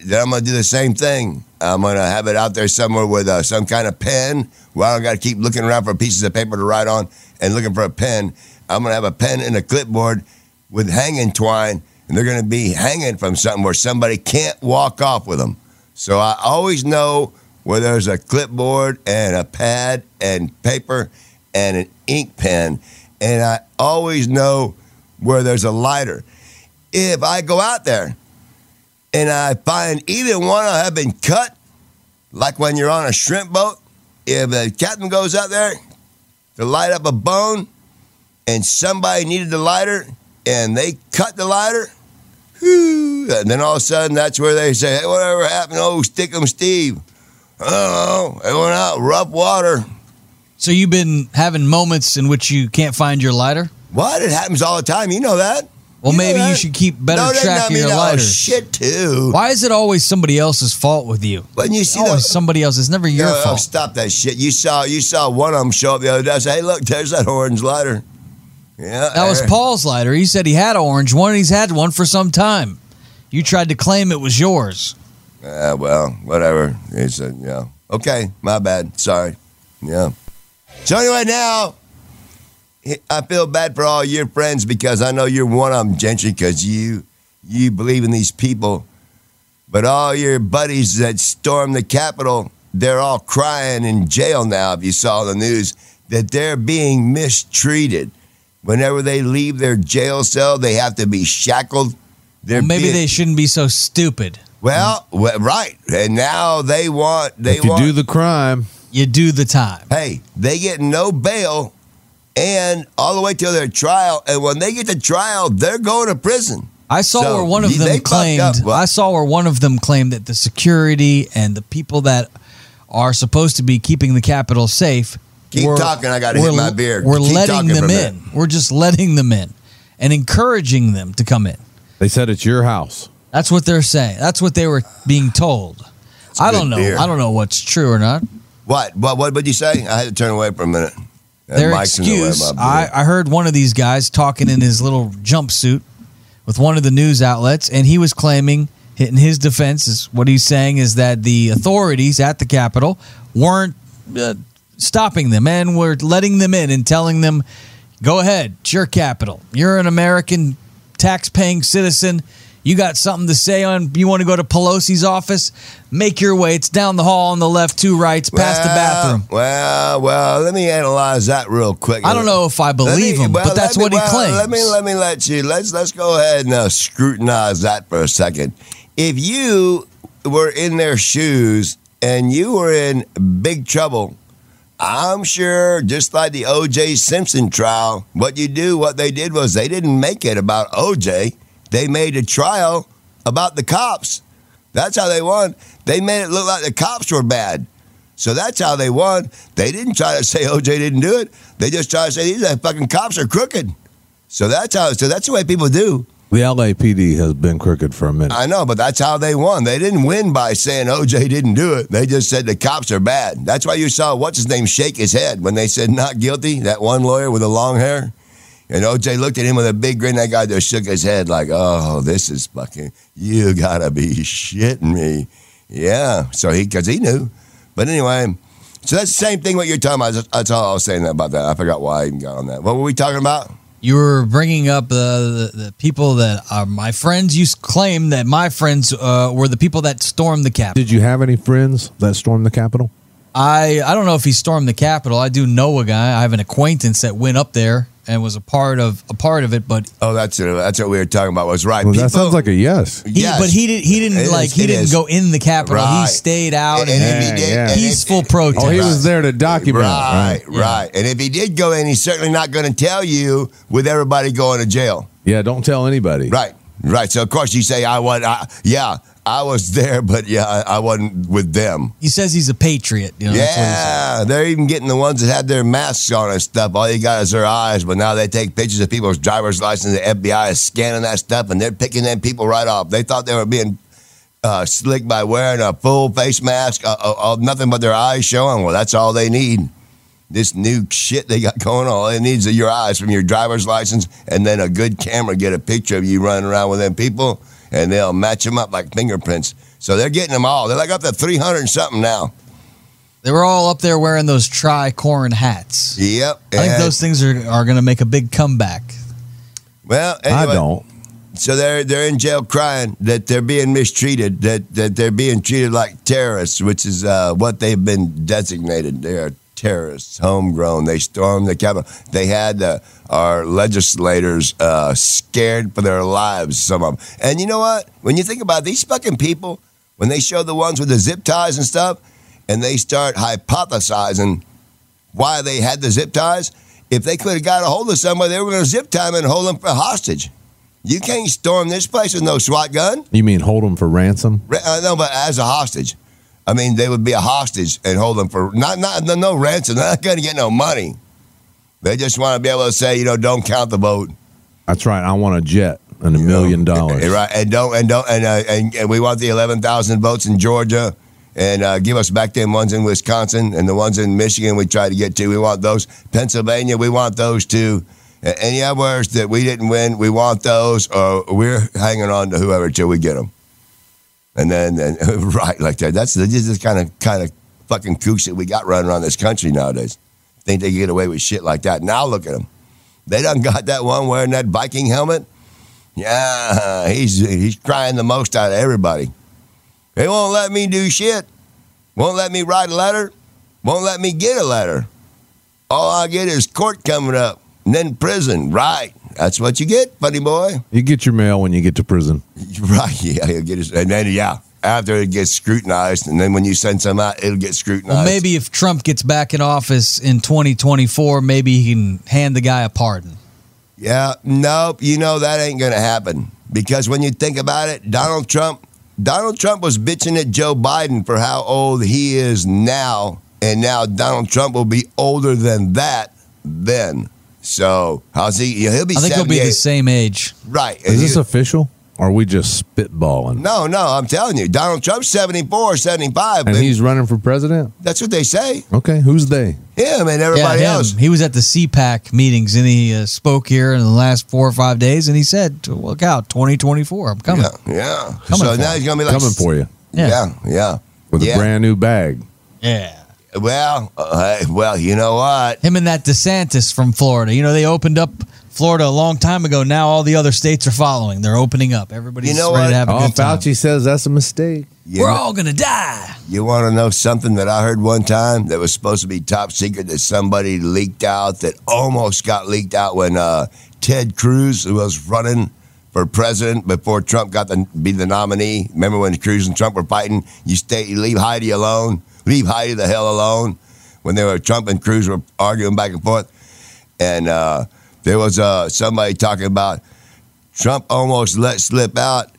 Speaker 2: then I'm gonna do the same thing. I'm gonna have it out there somewhere with uh, some kind of pen. Well, I don't gotta keep looking around for pieces of paper to write on and looking for a pen. I'm gonna have a pen and a clipboard with hanging twine, and they're gonna be hanging from something where somebody can't walk off with them. So I always know where there's a clipboard and a pad and paper and an ink pen, and I always know where there's a lighter. If I go out there and I find either one I have been cut, like when you're on a shrimp boat, if the captain goes out there to light up a bone and somebody needed the lighter and they cut the lighter, whew, and then all of a sudden that's where they say, hey, whatever happened to old Stick'em Steve? Oh, it went out rough water.
Speaker 3: So you've been having moments in which you can't find your lighter.
Speaker 2: What? It happens all the time. You know that.
Speaker 3: Well,
Speaker 2: You know
Speaker 3: maybe you
Speaker 2: that.
Speaker 3: should keep better
Speaker 2: no, they
Speaker 3: track
Speaker 2: numb
Speaker 3: of
Speaker 2: me
Speaker 3: your
Speaker 2: to oh, all
Speaker 3: lighter.
Speaker 2: Shit, too.
Speaker 3: Why is it always somebody else's fault with you?
Speaker 2: When you
Speaker 3: Oh, It's
Speaker 2: see oh,
Speaker 3: always
Speaker 2: those-
Speaker 3: somebody else. It's never your
Speaker 2: No, no,
Speaker 3: fault.
Speaker 2: Stop that shit. You saw you saw one of them show up the other day. I said, hey, look, there's that orange lighter. Yeah.
Speaker 3: That was
Speaker 2: there.
Speaker 3: Paul's lighter. He said he had an orange one. and He's had one for some time. You tried to claim it was yours.
Speaker 2: Yeah, Uh, well, whatever. He said, yeah. Okay, my bad. Sorry. Yeah. So anyway, now I feel bad for all your friends because I know you're one of them, Gentry, because you you believe in these people. But all your buddies that stormed the Capitol, they're all crying in jail now. If you saw the news, that they're being mistreated. Whenever they leave their jail cell, they have to be shackled. They're
Speaker 3: Well, maybe
Speaker 2: being-
Speaker 3: they shouldn't be so stupid.
Speaker 2: well, w- right, and now they want they
Speaker 1: if you
Speaker 2: want.
Speaker 1: do the crime,
Speaker 3: You do the time.
Speaker 2: hey, they get no bail, and all the way till their trial. And when they get to trial, they're going to prison.
Speaker 3: I saw
Speaker 2: So,
Speaker 3: where one
Speaker 2: you- they
Speaker 3: of them
Speaker 2: fucked up.
Speaker 3: claimed.
Speaker 2: Well-
Speaker 3: I saw where one of them claimed that the security and the people that are supposed to be keeping the Capitol safe.
Speaker 2: Keep talking, I gotta hit
Speaker 3: were-
Speaker 2: my beer.
Speaker 3: We're
Speaker 2: Keep
Speaker 3: letting
Speaker 2: talking for
Speaker 3: them
Speaker 2: a
Speaker 3: in. We're just letting them in and encouraging them to come in.
Speaker 1: they said it's your house.
Speaker 3: That's what they're saying. That's what they were being told. I
Speaker 2: good
Speaker 3: don't know.
Speaker 2: beer.
Speaker 3: I don't know what's true or not.
Speaker 2: What? What? What would you say? I had to turn away for a minute. That
Speaker 3: Their
Speaker 2: mic's in the way of
Speaker 3: excuse.
Speaker 2: my
Speaker 3: I,
Speaker 2: beer.
Speaker 3: I heard one of these guys talking in his little jumpsuit with one of the news outlets, and he was claiming, in his defense, is what he's saying is that the authorities at the Capitol weren't uh, stopping them and were letting them in and telling them, "Go ahead, it's your capital. You're an American tax-paying citizen." You got something to say on? You want to go to Pelosi's office? Make your way. It's down the hall on the left, two rights, past the
Speaker 2: Well,
Speaker 3: bathroom.
Speaker 2: Well, well, let me analyze that real quick.
Speaker 3: I don't know if I
Speaker 2: Let me-
Speaker 3: believe him,
Speaker 2: well,
Speaker 3: but that's
Speaker 2: let me-
Speaker 3: what he
Speaker 2: well,
Speaker 3: claims.
Speaker 2: Let me let me let you let's let's go ahead and uh, scrutinize that for a second. If you were in their shoes and you were in big trouble, I'm sure just like the O.J. Simpson trial, what you do, what they did was they didn't make it about O.J. They made a trial about the cops. That's how they won. They made it look like the cops were bad. So that's how they won. They didn't try to say OJ didn't do it. They just tried to say these fucking cops are crooked. So that's how. So that's the way people do.
Speaker 1: The LAPD has been crooked for a minute.
Speaker 2: I know, but that's how they won. They didn't win by saying OJ didn't do it. They just said the cops are bad. That's why you saw what's his name shake his head when they said not guilty. That one lawyer with the long hair. And OJ looked at him with a big grin. That guy just shook his head like, "Oh, this is fucking. You gotta be shitting me." Yeah. So he, because he knew. But anyway, so that's the same thing what you're talking about. That's all I was saying about that. I forgot why I even got on that. What were we talking about?
Speaker 3: you were bringing up uh, the, the people that are my friends. You s- claim that my friends uh, were the people that stormed the Capitol.
Speaker 1: Did you have any friends that stormed the Capitol?
Speaker 3: I I don't know if he stormed the Capitol. I do know a guy. I have an acquaintance that went up there and was a part of a part of it, but
Speaker 2: Oh, that's uh, that's what we were talking about. Was right.
Speaker 1: Well,
Speaker 2: People-
Speaker 1: that sounds like a yes.
Speaker 3: he,
Speaker 2: Yes.
Speaker 3: but he did he didn't
Speaker 2: It
Speaker 3: like
Speaker 2: is-
Speaker 3: he
Speaker 2: it
Speaker 3: didn't
Speaker 2: is.
Speaker 3: go in the Capitol. He
Speaker 2: Right.
Speaker 3: stayed out
Speaker 2: And,
Speaker 3: and,
Speaker 2: and if he did,
Speaker 1: Yeah, yeah.
Speaker 2: and if-
Speaker 3: peaceful protest.
Speaker 1: Oh, he
Speaker 2: Right.
Speaker 1: was there to document. it,
Speaker 2: Right,
Speaker 1: Right.
Speaker 2: right. And if he did go in, he's certainly not going to tell you with everybody going to jail.
Speaker 1: Yeah. Don't tell anybody.
Speaker 2: Right, right. So of course you say I was, I, yeah, I was there, but yeah, I, I wasn't with them.
Speaker 3: he says he's a patriot. You know, that's what he said.
Speaker 2: yeah, they're even getting the ones that had their masks on and stuff. All you got is their eyes, but now they take pictures of people's driver's license. The FBI is scanning that stuff, and they're picking them people right off. They thought they were being uh, slick by wearing a full face mask, uh, uh, uh, nothing but their eyes showing. Well, that's all they need. This new shit they got going on, all it needs are your eyes from your driver's license, and then a good camera get a picture of you running around with them people, and they'll match them up like fingerprints. So they're getting them all. They're like up to three hundred and something now.
Speaker 3: They were all up there wearing those tricorn hats.
Speaker 2: Yep.
Speaker 3: I think
Speaker 2: and-
Speaker 3: those things are, are going to make a big comeback.
Speaker 2: Well,
Speaker 1: I
Speaker 2: anyway,
Speaker 1: don't.
Speaker 2: So they're they're in jail crying that they're being mistreated, that that they're being treated like terrorists, which is uh, what they've been designated. They are terrorists, homegrown. They stormed the Capitol. They had uh, our legislators uh, scared for their lives. Some of them. And you know what? When you think about it, these fucking people, when they show the ones with the zip ties and stuff, and they start hypothesizing why they had the zip ties. If they could have got a hold of somebody, they were going to zip tie 'em and hold them for hostage. You can't storm this place with no SWAT gun.
Speaker 1: You mean hold them for ransom?
Speaker 2: Ra- uh, No, but as a hostage. I mean, they would be a hostage and hold them for not not no, no ransom. They're not going to get no money. They just want to be able to say, you know, don't count the vote.
Speaker 1: That's right. I want a jet and a million dollars.
Speaker 2: Right, and don't and don't and uh, and, and we want the eleven thousand votes in Georgia, and uh, give us back them ones in Wisconsin and the ones in Michigan we tried to get to. We want those Pennsylvania. We want those too. A- Any others that we didn't win, we want those, or we're hanging on to whoever till we get them. And then, and, right, like that. That's the, this is kind of kind of fucking kooks that we got running around this country nowadays. Think they can get away with shit like that? Now look at them. They done got that one wearing that Viking helmet. Yeah, he's he's crying the most out of everybody. They won't let me do shit. Won't let me write a letter. Won't let me get a letter. All I get is court coming up and then prison. Right. That's what you get, buddy boy.
Speaker 1: You get your mail when you get to prison.
Speaker 2: Right. Yeah, he'll get his and then yeah. After it gets scrutinized, and then when you send some out, it'll get scrutinized.
Speaker 3: Well, maybe if Trump gets back in office in 2024, maybe he can hand the guy a pardon.
Speaker 2: Yeah, nope. You know that ain't gonna happen because when you think about it, Donald Trump, Donald Trump was bitching at Joe Biden for how old he is now, and now Donald Trump will be older than that then. So how's he? He'll be.
Speaker 3: I think he'll be the
Speaker 2: 78.
Speaker 3: same age.
Speaker 2: right.
Speaker 1: Is this
Speaker 2: He-
Speaker 1: official? Or are we just spitballing?
Speaker 2: no, no. I'm telling you, Donald Trump's 74, 75.
Speaker 1: And he's running for president?
Speaker 2: that's what they say.
Speaker 1: Okay. Who's they?
Speaker 2: Him and everybody
Speaker 3: yeah, him.
Speaker 2: else.
Speaker 3: He was at the CPAC meetings and he uh, spoke here in the last four or five days and he said, "Look out, 2024, I'm coming."
Speaker 2: Yeah, yeah.
Speaker 3: Coming
Speaker 2: so
Speaker 3: for
Speaker 2: now
Speaker 3: him.
Speaker 2: he's gonna be like
Speaker 1: Coming for you
Speaker 2: Yeah, yeah.
Speaker 1: with
Speaker 2: Yeah.
Speaker 1: a brand new bag.
Speaker 3: yeah.
Speaker 2: Well, uh, hey, well, you know what?
Speaker 3: him and that DeSantis from Florida. You know, they opened up Florida a long time ago. Now all the other states are following. They're opening up. Everybody's
Speaker 2: You know
Speaker 3: ready
Speaker 2: what?
Speaker 3: to have a
Speaker 1: Oh,
Speaker 3: good time.
Speaker 1: Fauci says that's a mistake.
Speaker 2: You
Speaker 3: We're
Speaker 2: know-
Speaker 3: all gonna die.
Speaker 2: You want to know something that I heard one time that was supposed to be top secret that somebody leaked out that almost got leaked out when uh, Ted Cruz was running for president before Trump got to be the nominee. Remember when Cruz and Trump were fighting? You stay, you leave Heidi alone, leave Heidi the hell alone. When they were Trump and Cruz were arguing back and forth, and uh, there was uh, somebody talking about Trump almost let slip out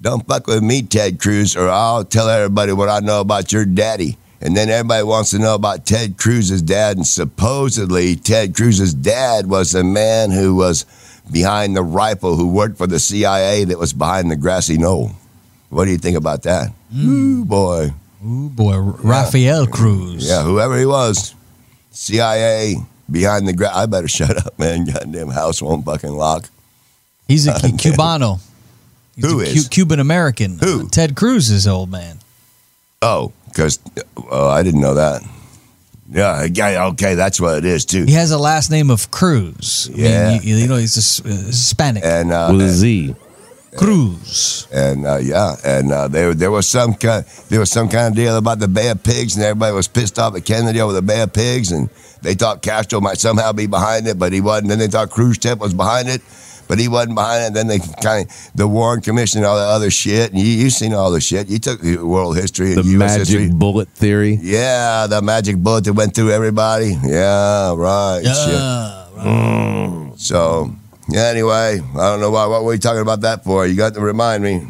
Speaker 2: don't fuck with me, Ted Cruz, or I'll tell everybody what I know about your daddy. And then everybody wants to know about Ted Cruz's dad. And supposedly, Ted Cruz's dad was the man who was behind the rifle, who worked for the CIA that was behind the grassy knoll. What do you think about that? Ooh, boy.
Speaker 3: Ooh boy, R- Rafael Cruz.
Speaker 2: Yeah, whoever he was, CIA behind the grass. I better shut up, man. Goddamn house won't fucking lock.
Speaker 3: He's a cu- Cubano. He's
Speaker 2: Who
Speaker 3: a
Speaker 2: is?
Speaker 3: Cuban American?
Speaker 2: Who?
Speaker 3: Ted Cruz is old man.
Speaker 2: Oh, because oh, I didn't know that. Yeah, okay, okay, that's what it is too.
Speaker 3: He has a last name of Cruz. I mean,
Speaker 2: Yeah.
Speaker 3: you, you know, he's a, uh, Hispanic.
Speaker 2: And uh,
Speaker 1: with a Z.
Speaker 3: Cruz.
Speaker 2: and uh, yeah, and uh, there there was some kind there was some kind of deal about the Bay of Pigs, and everybody was pissed off at Kennedy over the Bay of Pigs, and they thought Castro might somehow be behind it, but he wasn't. Then they thought Khrushchev was behind it, but he wasn't behind it. Then they kind of the Warren Commission and all that other shit, and you you seen all the shit. You took world history and
Speaker 1: The magic
Speaker 2: U.S. history.
Speaker 1: bullet theory.
Speaker 2: Yeah, the magic bullet that went through everybody. Yeah, right.
Speaker 3: Yeah.
Speaker 2: shit. So, yeah, anyway, I don't know why. What were we talking about that for? You got to remind me.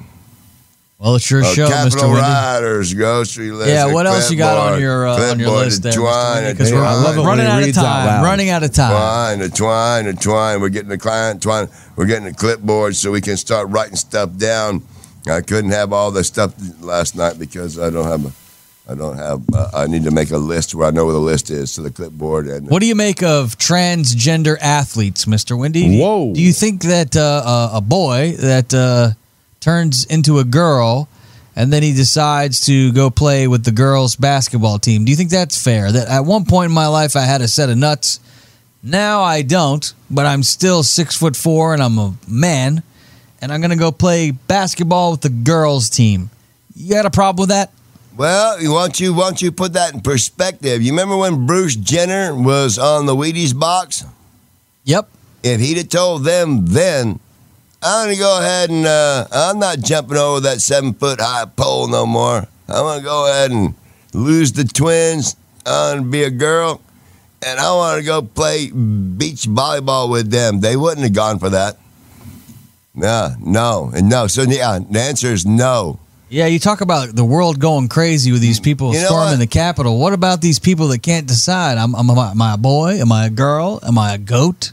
Speaker 3: Well, it's your
Speaker 2: Uh,
Speaker 3: show, Mr.
Speaker 2: Capital
Speaker 3: Wendy.
Speaker 2: Riders, Grocery List.
Speaker 3: Yeah, what else you got on your uh, on your
Speaker 2: Clipboard,
Speaker 3: list there?
Speaker 2: The twine, the
Speaker 3: Because we're
Speaker 1: Yeah, I love it
Speaker 2: twine,
Speaker 1: when
Speaker 3: running
Speaker 1: he
Speaker 3: out of
Speaker 1: reads out
Speaker 3: time.
Speaker 1: loud.
Speaker 3: running out of time.
Speaker 2: twine, the twine, the twine. We're getting the client twine. We're getting the clipboard so we can start writing stuff down. I couldn't have all the stuff last night because I don't have. A, I don't have. Uh, I need to make a list where I know where the list is. So the clipboard and
Speaker 3: What do you make of transgender athletes, Mr. Wendy?
Speaker 1: Whoa.
Speaker 3: Do you think that uh, uh, a boy that uh, turns into a girl and then he decides to go play with the girls' basketball team, do you think that's fair? That at one point in my life I had a set of nuts. Now I don't, but I'm still six foot four and I'm a man, and I'm gonna go play basketball with the girls' team. You got a problem with that?
Speaker 2: Well, you want you want you put that in perspective. You remember when Bruce Jenner was on the Wheaties box?
Speaker 3: Yep.
Speaker 2: If he'd have told them then, I'm gonna go ahead and uh, I'm not jumping over that seven foot high pole no more. I'm gonna go ahead and lose the twins. I'm gonna be a girl, and I want to go play beach volleyball with them. They wouldn't have gone for that. No, no, and no. So yeah, the answer is no.
Speaker 3: Yeah, you talk about the world going crazy with these people
Speaker 2: You know
Speaker 3: storming
Speaker 2: what?
Speaker 3: the Capitol. What about these people that can't decide? I'm, I'm, am I- am I a boy? Am I a girl? Am I a goat?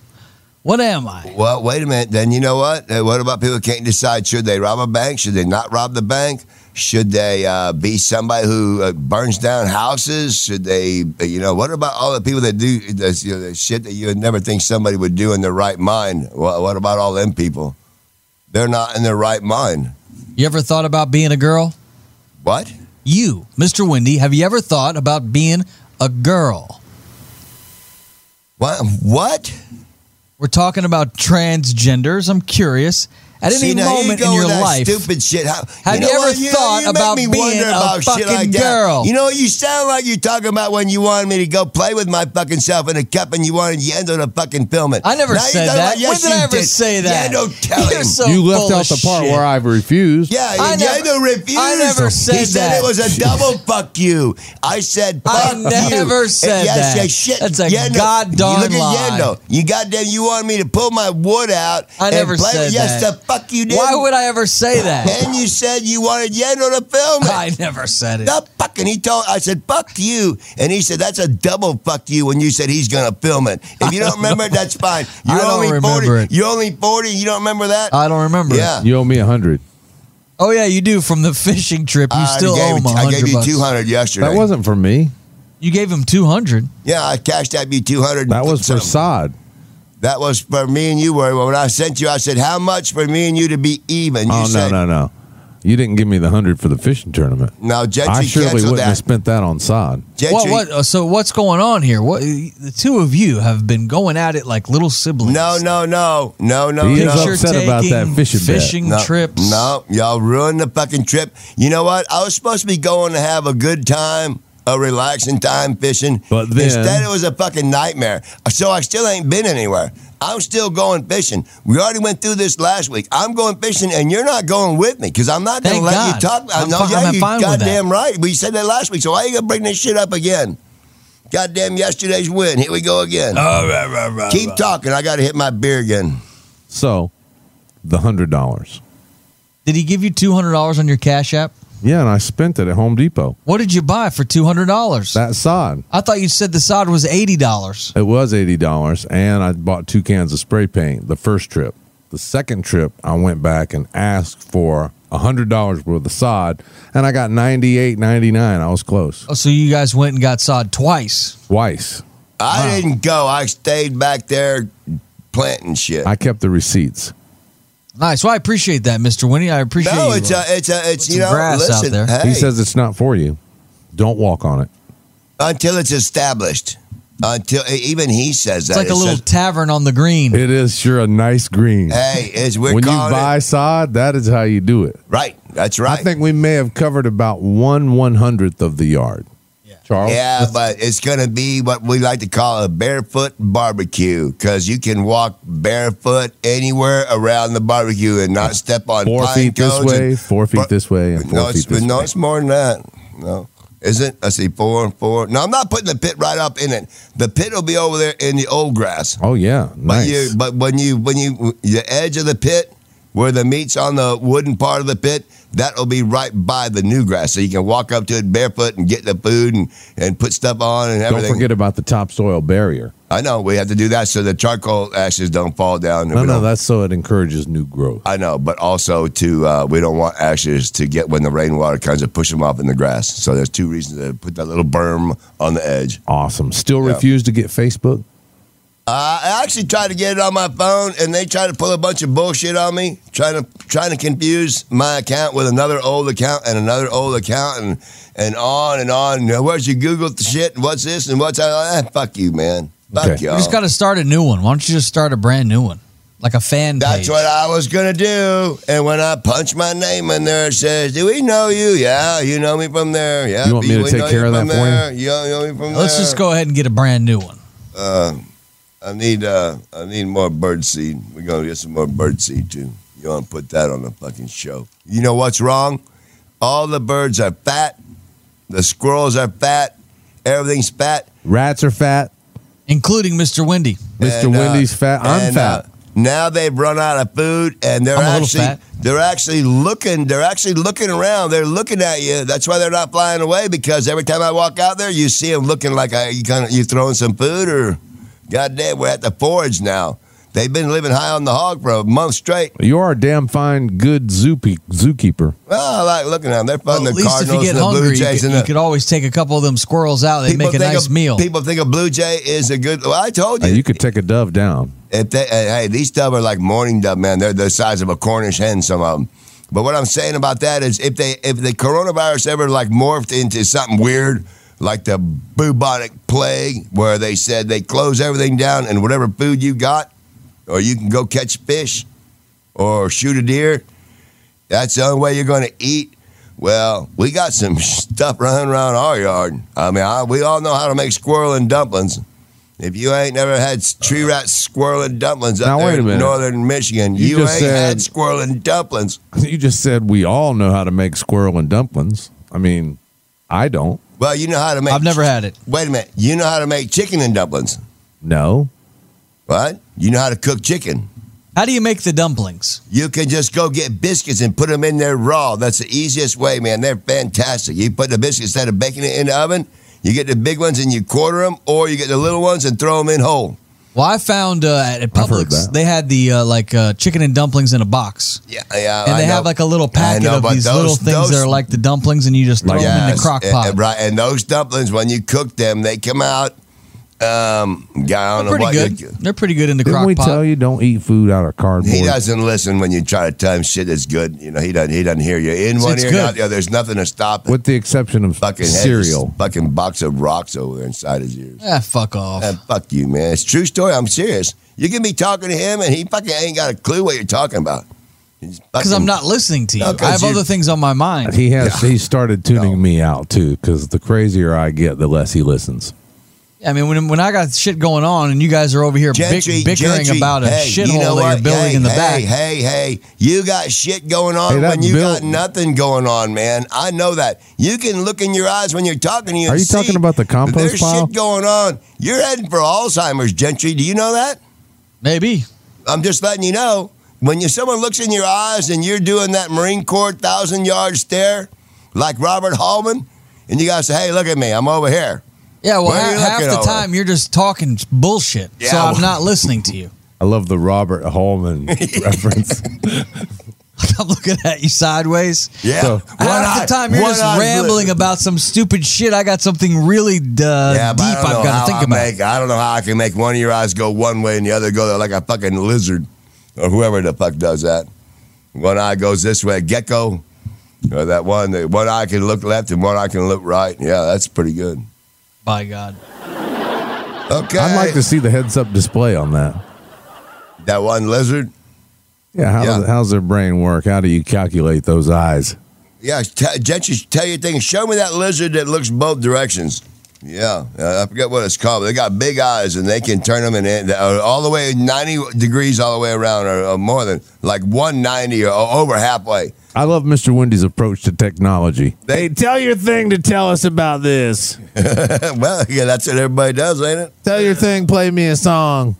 Speaker 3: What am I?
Speaker 2: Well, wait a minute. Then you know what? Uh, What about people who can't decide? Should they rob a bank? Should they not rob the bank? Should they uh, be somebody who uh, burns down houses? Should they, uh, you know, what about all the people that do this, you know, the shit that you would never think somebody would do in their right mind? What, what about all them people? They're not in their right mind.
Speaker 3: You ever thought about being a girl?
Speaker 2: What?
Speaker 3: You, Mr. Wendy, have you ever thought about being a girl?
Speaker 2: What? What?
Speaker 3: We're talking about transgenders. I'm curious. At any
Speaker 2: See, now you
Speaker 3: moment
Speaker 2: go
Speaker 3: in your
Speaker 2: with that
Speaker 3: life,
Speaker 2: Stupid shit. How,
Speaker 3: Have you
Speaker 2: know
Speaker 3: ever
Speaker 2: what? know,
Speaker 3: thought
Speaker 2: make
Speaker 3: about
Speaker 2: me
Speaker 3: being
Speaker 2: wonder
Speaker 3: a
Speaker 2: about shit
Speaker 3: fucking
Speaker 2: like that.
Speaker 3: girl?
Speaker 2: You know, you sound like you're talking about when you wanted me to go play with my fucking self in a cup and you wanted Yendo to fucking film it.
Speaker 3: I never
Speaker 2: Now you're
Speaker 3: said
Speaker 2: talking
Speaker 3: that.
Speaker 2: about- yes,
Speaker 3: when did
Speaker 2: you
Speaker 3: I ever
Speaker 2: did.
Speaker 3: say that?
Speaker 2: Yendo, tell
Speaker 3: You're
Speaker 2: him.
Speaker 3: so
Speaker 1: you left
Speaker 3: full
Speaker 1: out
Speaker 3: of
Speaker 1: the part
Speaker 3: shit.
Speaker 1: where I refused.
Speaker 2: yeah,
Speaker 3: I
Speaker 2: Yendo
Speaker 3: never-
Speaker 2: refused.
Speaker 3: I never said
Speaker 2: he said
Speaker 3: that.
Speaker 2: it was a double fuck you. I said fuck
Speaker 3: I
Speaker 2: you.
Speaker 3: never
Speaker 2: And
Speaker 3: said
Speaker 2: yes,
Speaker 3: that.
Speaker 2: yes, shit.
Speaker 3: That's a
Speaker 2: Yendo,
Speaker 3: goddamn
Speaker 2: you look
Speaker 3: lie.
Speaker 2: at Yendo. You goddamn, you wanted me to pull my wood out.
Speaker 3: I
Speaker 2: and
Speaker 3: never
Speaker 2: play
Speaker 3: said
Speaker 2: with- yes,
Speaker 3: that.
Speaker 2: the fuck you did.
Speaker 3: Why would I ever say that?
Speaker 2: And you said you wanted Yendo to film it.
Speaker 3: I never said it.
Speaker 2: The fuck, and he told I said fuck you, and he said that's a double fuck you when you said he's gonna film it. If you don't remember, it, that's fine. You're
Speaker 3: I don't
Speaker 2: only
Speaker 3: remember
Speaker 2: forty.
Speaker 3: it. Uh,
Speaker 2: You're only forty. You don't remember that?
Speaker 3: I don't remember.
Speaker 2: Yeah.
Speaker 1: You owe me a hundred.
Speaker 3: Oh yeah, you do. From the fishing trip, you
Speaker 2: I
Speaker 3: still
Speaker 2: Uh, gave,
Speaker 3: owe him
Speaker 2: it- I gave
Speaker 3: 100
Speaker 2: you
Speaker 3: bucks.
Speaker 2: two hundred yesterday.
Speaker 1: That wasn't for me.
Speaker 3: You gave him two hundred.
Speaker 2: yeah, I cashed out you two hundred.
Speaker 1: That was for Sod.
Speaker 2: that was for me and you. Were when I sent you, I said how much for me and you to be even? You
Speaker 1: Oh no,
Speaker 2: said
Speaker 1: no, no. You didn't give me the hundred for the fishing tournament.
Speaker 2: no. Gentry
Speaker 1: I surely
Speaker 2: canceled
Speaker 1: wouldn't
Speaker 2: that.
Speaker 1: have spent that on Sod.
Speaker 2: Gentry,
Speaker 3: What? What? uh, So what's going on here? What? The two of you have been going at it like little siblings.
Speaker 2: No, no, no, no, no,
Speaker 1: He's
Speaker 2: no.
Speaker 1: upset about that fishing bet.
Speaker 3: fishing
Speaker 2: No,
Speaker 3: trips.
Speaker 2: No, y'all ruined the fucking trip. You know what? I was supposed to be going to have a good time, a relaxing time fishing.
Speaker 1: But then-
Speaker 2: instead, it was a fucking nightmare. So I still ain't been anywhere. I'm still going fishing. We already went through this last week. I'm going fishing, and you're not going with me because I'm not going to
Speaker 3: Thank
Speaker 2: let you
Speaker 3: God.
Speaker 2: talk. I
Speaker 3: I'm
Speaker 2: know,
Speaker 3: fi-
Speaker 2: yeah,
Speaker 3: I'm
Speaker 2: you
Speaker 3: fine with that.
Speaker 2: goddamn right. We said that last week. So why you gonna bring this shit up again? Goddamn yesterday's win. Here we go again.
Speaker 3: Uh,
Speaker 2: Keep talking. I gotta hit my beer again.
Speaker 1: So the hundred dollars.
Speaker 3: Did he give you two hundred dollars on your Cash App?
Speaker 1: Yeah, and I spent it at Home Depot.
Speaker 3: What did you buy for two hundred dollars?
Speaker 1: That Sod.
Speaker 3: I thought you said the sod was eighty dollars.
Speaker 1: It was eighty dollars, and I bought two cans of spray paint the first trip. The second trip, I went back and asked for hundred dollars worth of sod, and I got ninety eight ninety nine. I was close
Speaker 3: Oh, so you guys went and got sod twice.
Speaker 1: twice.
Speaker 2: I didn't go. I stayed back there planting shit.
Speaker 1: I kept the receipts.
Speaker 3: Nice. Well, I appreciate that, Mister Winnie. I appreciate.
Speaker 2: no,
Speaker 3: you,
Speaker 2: it's
Speaker 3: uh,
Speaker 2: a, it's a, it's
Speaker 3: Put
Speaker 2: you
Speaker 3: some
Speaker 2: know,
Speaker 3: grass out
Speaker 2: listen,
Speaker 3: there.
Speaker 2: hey,
Speaker 1: He says it's not for you. Don't walk on it.
Speaker 2: until it's established. Until e, even he says that
Speaker 3: It's
Speaker 2: It
Speaker 3: like a little
Speaker 2: says,
Speaker 3: tavern on the green.
Speaker 1: It is sure a nice green.
Speaker 2: hey, it's we're
Speaker 1: when you
Speaker 2: calling
Speaker 1: buy
Speaker 2: it
Speaker 1: sod, that is how you do it.
Speaker 2: right. That's
Speaker 1: I
Speaker 2: right.
Speaker 1: think we may have covered about one one hundredth of the yard. Charles,
Speaker 2: Yeah, but it's going to be what we like to call a barefoot barbecue because you can walk barefoot anywhere around the barbecue and not step on
Speaker 1: four
Speaker 2: pine
Speaker 1: feet this
Speaker 2: cones
Speaker 1: way,
Speaker 2: and-
Speaker 1: four feet
Speaker 2: but-
Speaker 1: this way, and four
Speaker 2: no,
Speaker 1: feet
Speaker 2: it's,
Speaker 1: this
Speaker 2: no,
Speaker 1: way.
Speaker 2: it's more than that. No, is it? I see four and four. No, I'm not putting the pit right up in it. The pit will be over there in the old grass.
Speaker 1: Oh yeah,
Speaker 2: But
Speaker 1: nice.
Speaker 2: you, but when you, when you, the edge of the pit where the meat's on the wooden part of the pit, that'll be right by the new grass, so you can walk up to it barefoot and get the food and and put stuff on and
Speaker 1: Don't
Speaker 2: everything.
Speaker 1: forget about the topsoil barrier.
Speaker 2: I know we have to do that so the charcoal ashes don't fall down.
Speaker 1: No,
Speaker 2: We
Speaker 1: no,
Speaker 2: don't-
Speaker 1: that's so it encourages new growth.
Speaker 2: I know, but also to uh, we don't want ashes to get when the rainwater comes and push them off in the grass. So there's two reasons to put that little berm on the edge.
Speaker 1: Awesome. Still
Speaker 2: Yeah.
Speaker 1: refuse to get Facebook.
Speaker 2: Uh, I actually tried to get it on my phone, and they tried to pull a bunch of bullshit on me, trying to trying to confuse my account with another old account and another old account, and and on and on. And, Where's your Google shit? And what's this? And what's that? Ah, fuck you, man. Fuck
Speaker 1: Okay.
Speaker 3: You
Speaker 2: y'all.
Speaker 3: just got to start a new one. Why don't you just start a brand new one, like a fan
Speaker 2: That's
Speaker 3: page?
Speaker 2: what I was gonna do. And when I punch my name in there, it says, "Do we know you? Yeah, you know me from there. Yeah,
Speaker 1: You want me to
Speaker 2: we
Speaker 1: take
Speaker 2: know
Speaker 1: care of
Speaker 2: from
Speaker 1: that for you?
Speaker 2: there. you? Yeah, you know me from
Speaker 3: Let's
Speaker 2: there.
Speaker 3: just go ahead and get a brand new one.
Speaker 2: Uh, I need uh, I need more bird seed. We're gonna get some more bird seed too. You want to put that on the fucking show? You know what's wrong? All the birds are fat. The squirrels are fat. Everything's fat.
Speaker 1: Rats are fat.
Speaker 3: including Mr. Windy.
Speaker 1: Mr.
Speaker 2: And, uh,
Speaker 1: Wendy's fat. I'm
Speaker 2: and, uh,
Speaker 1: fat.
Speaker 2: now they've run out of food, and they're
Speaker 3: I'm a little
Speaker 2: actually
Speaker 3: fat.
Speaker 2: they're actually looking they're actually looking around. They're looking at you. That's why they're not flying away because every time I walk out there, you see them looking like I, you kind of you throwing some food or goddamn, we're at the forage now. They've been living high on the hog for a month straight.
Speaker 1: you are a damn fine, good zoope- zookeeper. Uh,
Speaker 2: Well, I like looking at them. They're
Speaker 3: Well,
Speaker 2: fun.
Speaker 3: at
Speaker 2: the
Speaker 3: least if you
Speaker 2: Cardinals
Speaker 3: get
Speaker 2: and the Blue
Speaker 3: hungry, you
Speaker 2: Jays
Speaker 3: could,
Speaker 2: and
Speaker 3: you
Speaker 2: the
Speaker 3: could always take a couple of them squirrels out. They make a
Speaker 2: think
Speaker 3: nice
Speaker 2: of-
Speaker 3: meal.
Speaker 2: People think a blue jay is a good. Well, I told
Speaker 1: Uh,
Speaker 2: you,
Speaker 1: you could take a dove down.
Speaker 2: If they, uh, hey, these dove are like morning dove, man. They're the size of a Cornish hen, some of them. But what I'm saying about that is, if they if the coronavirus ever like morphed into something weird, like the bubonic plague, where they said they close everything down and whatever food you got, or you can go catch fish, or shoot a deer, that's the only way you're going to eat. Well, we got some stuff running around our yard. I mean, I, we all know how to make squirrel and dumplings. If you ain't never had tree rat squirrel and dumplings up
Speaker 1: Uh, Now,
Speaker 2: there
Speaker 1: wait a
Speaker 2: in
Speaker 1: minute.
Speaker 2: northern Michigan,
Speaker 1: You
Speaker 2: you, ain't
Speaker 1: just said-
Speaker 2: had squirrel and dumplings.
Speaker 1: You just said we all know how to make squirrel and dumplings. I mean, I don't.
Speaker 2: Well, you know how to make.
Speaker 3: I've never had it.
Speaker 2: Wait a minute. You know how to make chicken and dumplings,
Speaker 1: No.
Speaker 2: right? You know how to cook chicken.
Speaker 3: How do you make the dumplings?
Speaker 2: You can just go get biscuits and put them in there raw. That's the easiest way, man. They're fantastic. You put the biscuits instead of baking it in the oven. You get the big ones and you quarter them, or you get the little ones and throw them in whole.
Speaker 3: Well, I found uh, at at
Speaker 1: I've heard
Speaker 3: Publix
Speaker 1: that.
Speaker 3: they had the uh, like uh, chicken and dumplings in a box,
Speaker 2: Yeah, yeah.
Speaker 3: and
Speaker 2: I
Speaker 3: they
Speaker 2: know.
Speaker 3: have like a little
Speaker 2: I
Speaker 3: packet
Speaker 2: know,
Speaker 3: of
Speaker 2: but
Speaker 3: these
Speaker 2: those-
Speaker 3: little things that
Speaker 2: those-
Speaker 3: are like the dumplings, and you just throw them in the
Speaker 2: Yes, eh,
Speaker 3: crock
Speaker 2: and-
Speaker 3: pot.
Speaker 2: and right, and those dumplings when you cook them, they come out. Um, guy, I
Speaker 3: They're
Speaker 2: don't know
Speaker 3: pretty
Speaker 2: what
Speaker 3: good.
Speaker 2: you-
Speaker 3: They're pretty good in the
Speaker 1: Didn't
Speaker 3: crock
Speaker 1: we
Speaker 3: pot.
Speaker 1: tell you don't eat food out of cardboard?
Speaker 2: He doesn't listen when you try to tell him shit that's good. You know, he doesn't. He doesn't hear you in
Speaker 3: It's-
Speaker 2: one
Speaker 3: it's
Speaker 2: ear, and out
Speaker 3: good.
Speaker 2: the other. There's nothing to stop him.
Speaker 1: With the exception of
Speaker 2: Fucking head,
Speaker 1: cereal.
Speaker 2: this fucking box of rocks over there inside his ears.
Speaker 3: Ah, fuck off.
Speaker 2: Man, Eh, fuck you, man. It's a true story. I'm serious. You can be talking to him, and he fucking ain't got a clue what you're talking about.
Speaker 3: Because I'm not listening to you.
Speaker 2: No, 'cause
Speaker 3: I have
Speaker 2: you-
Speaker 3: other things on my mind.
Speaker 1: He has. He started tuning
Speaker 2: No.
Speaker 1: me out too, because the crazier I get, the less he listens.
Speaker 3: I mean, when, when I got shit going on and you guys are over here bick-
Speaker 2: Gentry,
Speaker 3: bickering
Speaker 2: Gentry,
Speaker 3: about a
Speaker 2: hey,
Speaker 3: shithole
Speaker 2: you know
Speaker 3: that
Speaker 2: what?
Speaker 3: you're building
Speaker 2: hey,
Speaker 3: in the
Speaker 2: hey,
Speaker 3: back.
Speaker 2: Hey, hey, you got shit going
Speaker 1: Hey,
Speaker 2: on
Speaker 1: that
Speaker 2: when you got
Speaker 1: built-
Speaker 2: nothing going on, man. I know that. You can look in your eyes when you're talking to you.
Speaker 1: Are
Speaker 2: and
Speaker 1: you talking
Speaker 2: see
Speaker 1: about the
Speaker 2: that
Speaker 1: compost
Speaker 2: There's
Speaker 1: pile?
Speaker 2: shit going on. You're heading for Alzheimer's, Gentry. Do you know that?
Speaker 3: Maybe.
Speaker 2: I'm just letting you know. When you, someone looks in your eyes and you're doing that Marine Corps thousand yard stare, like Robert Hallman, and you guys say, "Hey, look at me. I'm over here."
Speaker 3: Yeah, well,
Speaker 2: Why are you
Speaker 3: ha- half
Speaker 2: looking
Speaker 3: the
Speaker 2: over?
Speaker 3: time you're just talking bullshit, so
Speaker 2: Yeah,
Speaker 3: I'm
Speaker 2: well-
Speaker 3: not listening to you.
Speaker 1: I love the Robert Holman reference.
Speaker 3: I'm looking at you sideways.
Speaker 2: Yeah.
Speaker 1: So-
Speaker 2: One
Speaker 3: half
Speaker 2: eye-
Speaker 3: the time you're
Speaker 2: one
Speaker 3: just
Speaker 2: eye's lit.
Speaker 3: rambling about some stupid shit. I got something really uh,
Speaker 2: Yeah, but
Speaker 3: deep
Speaker 2: I don't know
Speaker 3: I've got
Speaker 2: how
Speaker 3: to think
Speaker 2: I
Speaker 3: about.
Speaker 2: Make, I don't know how I can make one of your eyes go one way and the other go there like a fucking lizard or whoever the fuck does that. One eye goes this way, gecko. Or that one, that one eye can look left and one eye can look right. Yeah, that's pretty good.
Speaker 3: By God.
Speaker 2: Okay.
Speaker 1: I'd like to see the heads up display on that.
Speaker 2: that one lizard.
Speaker 1: Yeah, how
Speaker 2: Yeah.
Speaker 1: how's their brain work? How do you calculate those eyes?
Speaker 2: Yeah, t- gentry tell you things. Show me that lizard that looks both directions. Yeah, uh, I forget what it's called. But they got big eyes and they can turn them in, in uh, all the way ninety degrees all the way around, or, or more than like one ninety or o- over halfway.
Speaker 1: I love Mr. Wendy's approach to technology.
Speaker 2: They-
Speaker 1: tell your thing to tell us about this.
Speaker 2: well, yeah, that's what everybody does, ain't it?
Speaker 1: Tell your thing, play me a song.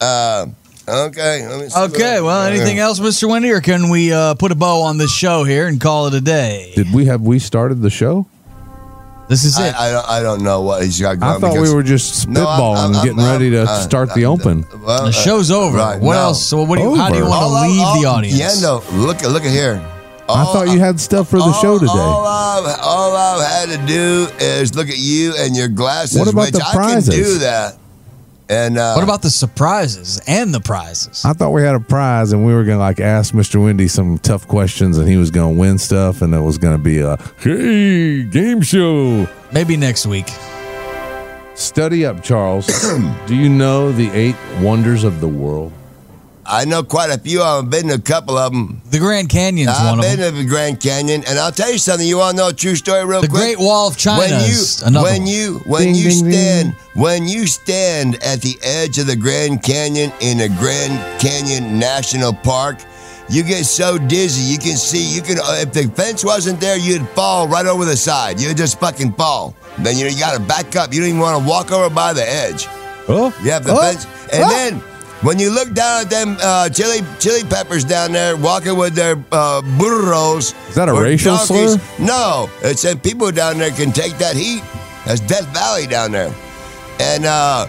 Speaker 2: Okay. Let me see what-
Speaker 3: Okay, well, anything else, Mr. Wendy, or can we uh, put a bow on this show here and call it a day?
Speaker 1: Did we have we started the show?
Speaker 3: This is it.
Speaker 2: I, I, don't, I don't know what he's got going.
Speaker 1: I thought
Speaker 2: because-
Speaker 1: we were just
Speaker 2: No, I'm-
Speaker 1: spitballing,
Speaker 2: I'm-
Speaker 1: and
Speaker 2: I'm-
Speaker 1: getting ready to
Speaker 2: I'm- uh,
Speaker 1: start the
Speaker 2: uh,
Speaker 1: open.
Speaker 2: Well,
Speaker 3: the
Speaker 2: uh,
Speaker 3: show's over.
Speaker 2: right,
Speaker 3: what
Speaker 2: no.
Speaker 3: else? So what do you, how do you
Speaker 1: Over.
Speaker 3: want
Speaker 2: All I-
Speaker 3: to leave
Speaker 2: all-
Speaker 3: the audience?
Speaker 2: Yeah, no. Look, look at here.
Speaker 1: I
Speaker 2: All
Speaker 1: thought you had stuff for the
Speaker 2: all-
Speaker 1: show today.
Speaker 2: All I've, all I've had to do is look at you and your glasses.
Speaker 1: What about
Speaker 2: which
Speaker 1: the
Speaker 2: I can do
Speaker 1: prizes?
Speaker 2: that. And uh,
Speaker 3: What about the surprises and the prizes?
Speaker 1: I thought we had a prize and we were gonna like ask Mr. Wendy some tough questions and he was gonna win stuff and it was gonna be a hey game show.
Speaker 3: Maybe next week.
Speaker 1: Study up, Charles. Do you know the eight wonders of the world?
Speaker 2: I know quite a few of them. Been to a couple of them.
Speaker 3: The Grand Canyon's one
Speaker 2: I've
Speaker 3: of
Speaker 2: been
Speaker 3: them.
Speaker 2: to the Grand Canyon, and I'll tell you something. You want to know a true story, real
Speaker 3: The
Speaker 2: quick?
Speaker 3: Great Wall of China
Speaker 2: when you
Speaker 3: is another
Speaker 2: when
Speaker 3: one.
Speaker 2: you when
Speaker 1: Ding,
Speaker 2: you
Speaker 1: ding, ding.
Speaker 2: stand when you stand at the edge of the Grand Canyon in the Grand Canyon National Park, you get so dizzy you can see you can uh, if the fence wasn't there you'd fall right over the side. You'd just fucking fall. Then you, you got to back up. You don't even want to walk over by the edge.
Speaker 1: Oh,
Speaker 2: Yeah, the
Speaker 1: oh,
Speaker 2: fence. And
Speaker 1: oh.
Speaker 2: then when you look down at them uh, chili chili peppers down there walking with their uh, burros.
Speaker 1: Is that a
Speaker 2: or
Speaker 1: racial
Speaker 2: donkeys.
Speaker 1: slur?
Speaker 2: No, it's that people down there can take that heat. That's Death Valley down there, and uh,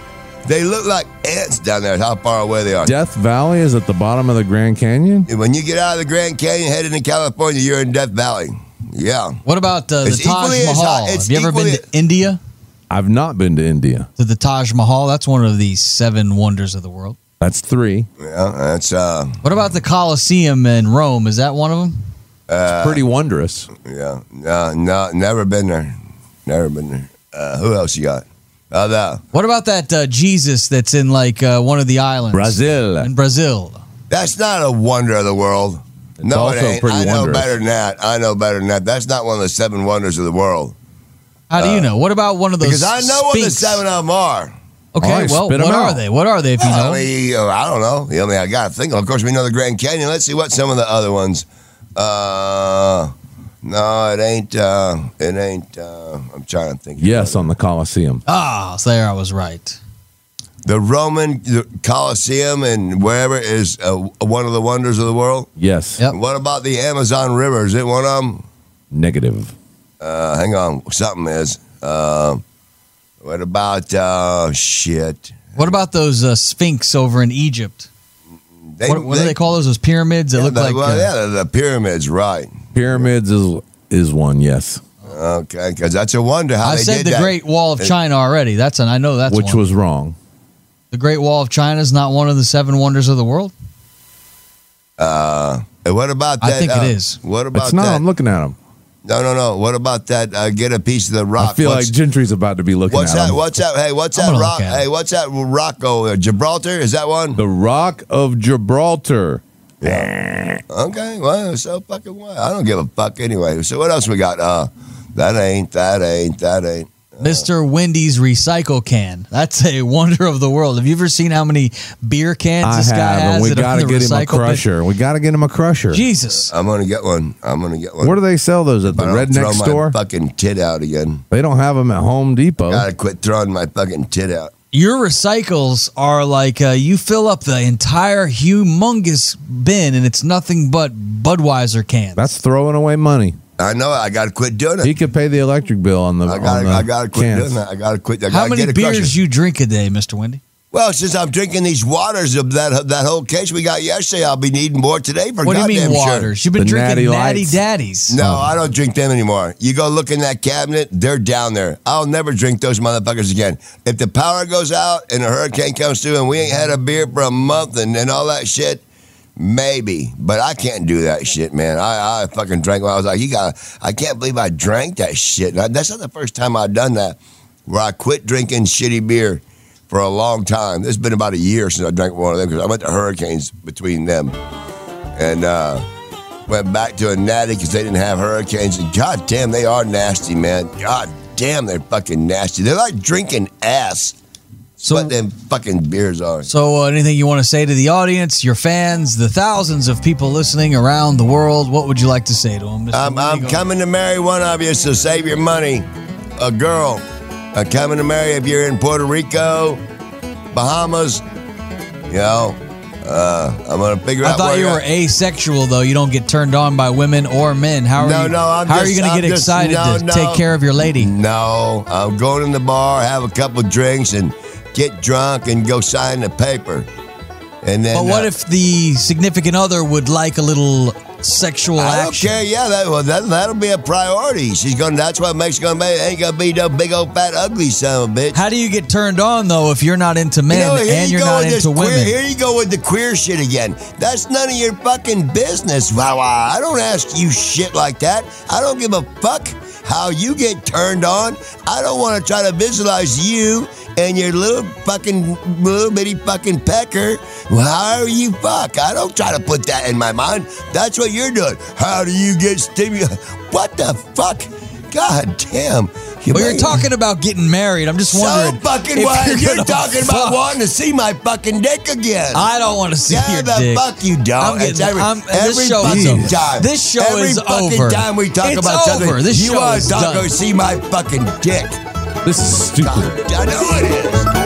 Speaker 2: they look like ants down there. How far away they are.
Speaker 1: Death Valley is at the bottom of the Grand Canyon.
Speaker 2: When you get out of the Grand Canyon headed to California, you're in Death Valley. Yeah.
Speaker 3: What about uh, the
Speaker 2: It's equally
Speaker 3: Taj
Speaker 2: as hot-
Speaker 3: Mahal?
Speaker 2: it's
Speaker 3: Have you ever been
Speaker 2: equally-
Speaker 3: to India?
Speaker 1: I've not been to India.
Speaker 3: To the Taj Mahal? That's one of the seven wonders of the world.
Speaker 1: That's three.
Speaker 2: Yeah, that's uh,
Speaker 3: What about the Colosseum in Rome? Is that one of them?
Speaker 2: Uh,
Speaker 1: it's pretty wondrous.
Speaker 2: yeah, no, no, never been there, never been there. Uh, who else you got? Uh, the-
Speaker 3: What about that uh, Jesus that's in like uh, one of the islands?
Speaker 1: Brazil.
Speaker 3: In Brazil.
Speaker 2: That's not a wonder of the world. no,
Speaker 1: also
Speaker 2: it ain't.
Speaker 1: pretty
Speaker 2: I know
Speaker 1: wondrous.
Speaker 2: better than that. I know better than that. That's not one of the seven wonders of the world.
Speaker 3: How do you know? What about one of those?
Speaker 2: Uh, Because I know what the
Speaker 3: Sphinx?
Speaker 2: seven of them are.
Speaker 3: Okay,
Speaker 1: All right,
Speaker 3: well,
Speaker 1: spit 'em
Speaker 3: what are
Speaker 1: out.
Speaker 3: they? What are they? If you
Speaker 2: I,
Speaker 3: know,
Speaker 2: mean, uh, I don't know. I mean, I got to think. Of course, we know the Grand Canyon. Let's see what some of the other ones. Uh, no, it ain't. Uh, it ain't. Uh, I'm trying to think.
Speaker 1: Yes, on the Colosseum.
Speaker 3: ah, so there I was right.
Speaker 2: The Roman Colosseum and wherever is uh, one of the wonders of the world.
Speaker 1: Yes.
Speaker 3: Yep.
Speaker 2: What about the Amazon River? Is it one of them?
Speaker 1: Negative.
Speaker 2: uh, hang on, something is. Uh, what about uh, shit?
Speaker 3: What about those uh, Sphinx over in Egypt? what what do they call those? Those pyramids that
Speaker 2: Yeah,
Speaker 3: look
Speaker 2: the,
Speaker 3: like?
Speaker 2: well,
Speaker 3: uh,
Speaker 2: yeah, the, the pyramids, right?
Speaker 1: Pyramids is is one, yes.
Speaker 2: Okay, because that's a wonder how
Speaker 3: I
Speaker 2: they
Speaker 3: said
Speaker 2: did
Speaker 3: the
Speaker 2: that.
Speaker 3: Great Wall of
Speaker 2: They-
Speaker 3: China already. That's an I know that's
Speaker 1: which
Speaker 3: one.
Speaker 1: was wrong.
Speaker 3: the Great Wall of China is not one of the seven wonders of the world.
Speaker 2: And what about
Speaker 3: I
Speaker 2: that?
Speaker 3: think it
Speaker 2: uh,
Speaker 3: is.
Speaker 2: What about
Speaker 1: It's not.
Speaker 2: that?
Speaker 1: I'm looking at him.
Speaker 2: no, no, no. What about that? Uh, get a piece of the rock.
Speaker 1: I feel
Speaker 2: what's,
Speaker 1: like Gentry's about to be looking
Speaker 2: what's
Speaker 1: at
Speaker 2: that?
Speaker 1: him.
Speaker 2: What's that? Hey, what's
Speaker 3: I'm
Speaker 2: that
Speaker 3: gonna
Speaker 2: rock?
Speaker 3: look at it.
Speaker 2: Hey, what's that rock over there? Gibraltar? Is that one?
Speaker 1: The Rock of Gibraltar.
Speaker 2: Okay, well, so fucking what? I don't give a fuck anyway. So what else we got? Uh, that ain't. That ain't. That ain't.
Speaker 1: Oh.
Speaker 3: Mr. Wendy's recycle can. That's a wonder of the world. Have you ever seen how many beer cans
Speaker 1: I
Speaker 3: this guy
Speaker 1: have,
Speaker 3: has?
Speaker 1: and we
Speaker 3: that are
Speaker 1: got to
Speaker 3: in the
Speaker 1: get him a
Speaker 3: recycle bin?
Speaker 1: crusher. We got to get him a crusher.
Speaker 3: Jesus.
Speaker 2: I'm gonna get one. I'm gonna get one.
Speaker 1: Where do they sell those at the
Speaker 2: I don't throw
Speaker 1: redneck
Speaker 2: my
Speaker 1: store?
Speaker 2: Fucking tit out again.
Speaker 1: They don't have them at Home Depot.
Speaker 2: Gotta quit throwing my fucking tit out.
Speaker 3: Your recycles are like uh, you fill up the entire humongous bin and it's nothing but Budweiser cans.
Speaker 1: That's throwing away money.
Speaker 2: I know. I gotta quit doing
Speaker 1: He
Speaker 2: it.
Speaker 1: could pay the electric bill on the.
Speaker 2: I
Speaker 1: on
Speaker 2: gotta.
Speaker 1: the
Speaker 2: I gotta quit
Speaker 1: cans.
Speaker 2: doing that. I gotta quit. I gotta
Speaker 3: How many
Speaker 2: get a
Speaker 3: beers
Speaker 2: crusher.
Speaker 3: you drink a day, Mr. Wendy?
Speaker 2: Well, since I'm drinking these waters of that that whole case we got yesterday, I'll be needing more today for
Speaker 3: What do you mean
Speaker 2: goddamn sure.
Speaker 3: waters? You've been
Speaker 1: Oh, The
Speaker 3: drinking
Speaker 1: Natty
Speaker 3: Natty,
Speaker 1: Lights.
Speaker 3: Daddies.
Speaker 2: No, I don't drink them anymore. You go look in that cabinet; they're down there. I'll never drink those motherfuckers again. If the power goes out and a hurricane comes through and we ain't had a beer for a month and, and all that shit, maybe. But I can't do that shit, man. I, I fucking drank when I was like, you got. to I can't believe I drank that shit. And I, that's not the first time I've done that. where I quit drinking shitty beer for a long time. It's been about a year since I drank one of them because I went to hurricanes between them, and uh, went back to a natty because they didn't have hurricanes. And god damn, they are nasty, man. God damn, they're fucking nasty. They're like drinking ass. So,
Speaker 3: So-
Speaker 2: what them fucking beers are.
Speaker 3: So, uh, anything you want to say to the audience, your fans, the thousands of people listening around the world? What would you like to say to them? Mr.
Speaker 2: I'm, Um, I'm
Speaker 3: Windigo?
Speaker 2: coming to marry one of you, so save your money. A girl. I'm coming to marry if you're in Puerto Rico, Bahamas. You know, uh, I'm going to figure
Speaker 3: I
Speaker 2: out where
Speaker 3: thought you
Speaker 2: to-
Speaker 3: were asexual, though. You don't get turned on by women or men. How are
Speaker 2: No,
Speaker 3: you?
Speaker 2: no, I'm
Speaker 3: how are
Speaker 2: just-
Speaker 3: you going
Speaker 2: I'm
Speaker 3: to get
Speaker 2: just-
Speaker 3: excited
Speaker 2: no,
Speaker 3: to
Speaker 2: no.
Speaker 3: take care of your lady?
Speaker 2: No, I'm going in the bar, have a couple drinks, and get drunk and go sign the paper. And then.
Speaker 3: But what
Speaker 2: uh,
Speaker 3: if the significant other would like a little sexual
Speaker 2: I don't
Speaker 3: action?
Speaker 2: care. Yeah, that, well, that, that'll be a priority. She's gonna. That's what makes it gonna be. Ain't gonna be no big old fat ugly son of a bitch.
Speaker 3: How do you get turned on though if you're not into men
Speaker 2: here
Speaker 3: and
Speaker 2: you
Speaker 3: you're
Speaker 2: go
Speaker 3: not
Speaker 2: with this
Speaker 3: into
Speaker 2: queer-
Speaker 3: women?
Speaker 2: Here you go with the queer shit again. That's none of your fucking business, Wawa. I don't ask you shit like that. I don't give a fuck how you get turned on. I don't want to try to visualize you and your little fucking little bitty fucking pecker. Well, how are you fuck? I don't try to put that in my mind. That's what you're doing. How do you get stimulated? What the fuck? God damn. You
Speaker 3: Well, you're
Speaker 2: make-
Speaker 3: talking about getting married. I'm just
Speaker 2: so
Speaker 3: wondering.
Speaker 2: fucking
Speaker 3: if
Speaker 2: what? You're,
Speaker 3: gonna
Speaker 2: talking about
Speaker 3: fuck.
Speaker 2: wanting to see my fucking dick again.
Speaker 3: I don't want to see
Speaker 2: yeah,
Speaker 3: your
Speaker 2: the
Speaker 3: dick.
Speaker 2: fuck you don't.
Speaker 3: I'm
Speaker 2: It's
Speaker 3: getting.
Speaker 2: every
Speaker 3: I'm,
Speaker 2: every
Speaker 3: this show
Speaker 2: fucking
Speaker 3: is over.
Speaker 2: time.
Speaker 3: This show
Speaker 2: every
Speaker 3: is
Speaker 2: fucking
Speaker 3: over.
Speaker 2: time we talk
Speaker 3: it's
Speaker 2: about
Speaker 3: over.
Speaker 2: something.
Speaker 3: This
Speaker 2: you
Speaker 3: show
Speaker 2: are
Speaker 3: is
Speaker 2: not
Speaker 3: done.
Speaker 2: going to see my fucking dick.
Speaker 1: This is stupid.
Speaker 2: I know it is.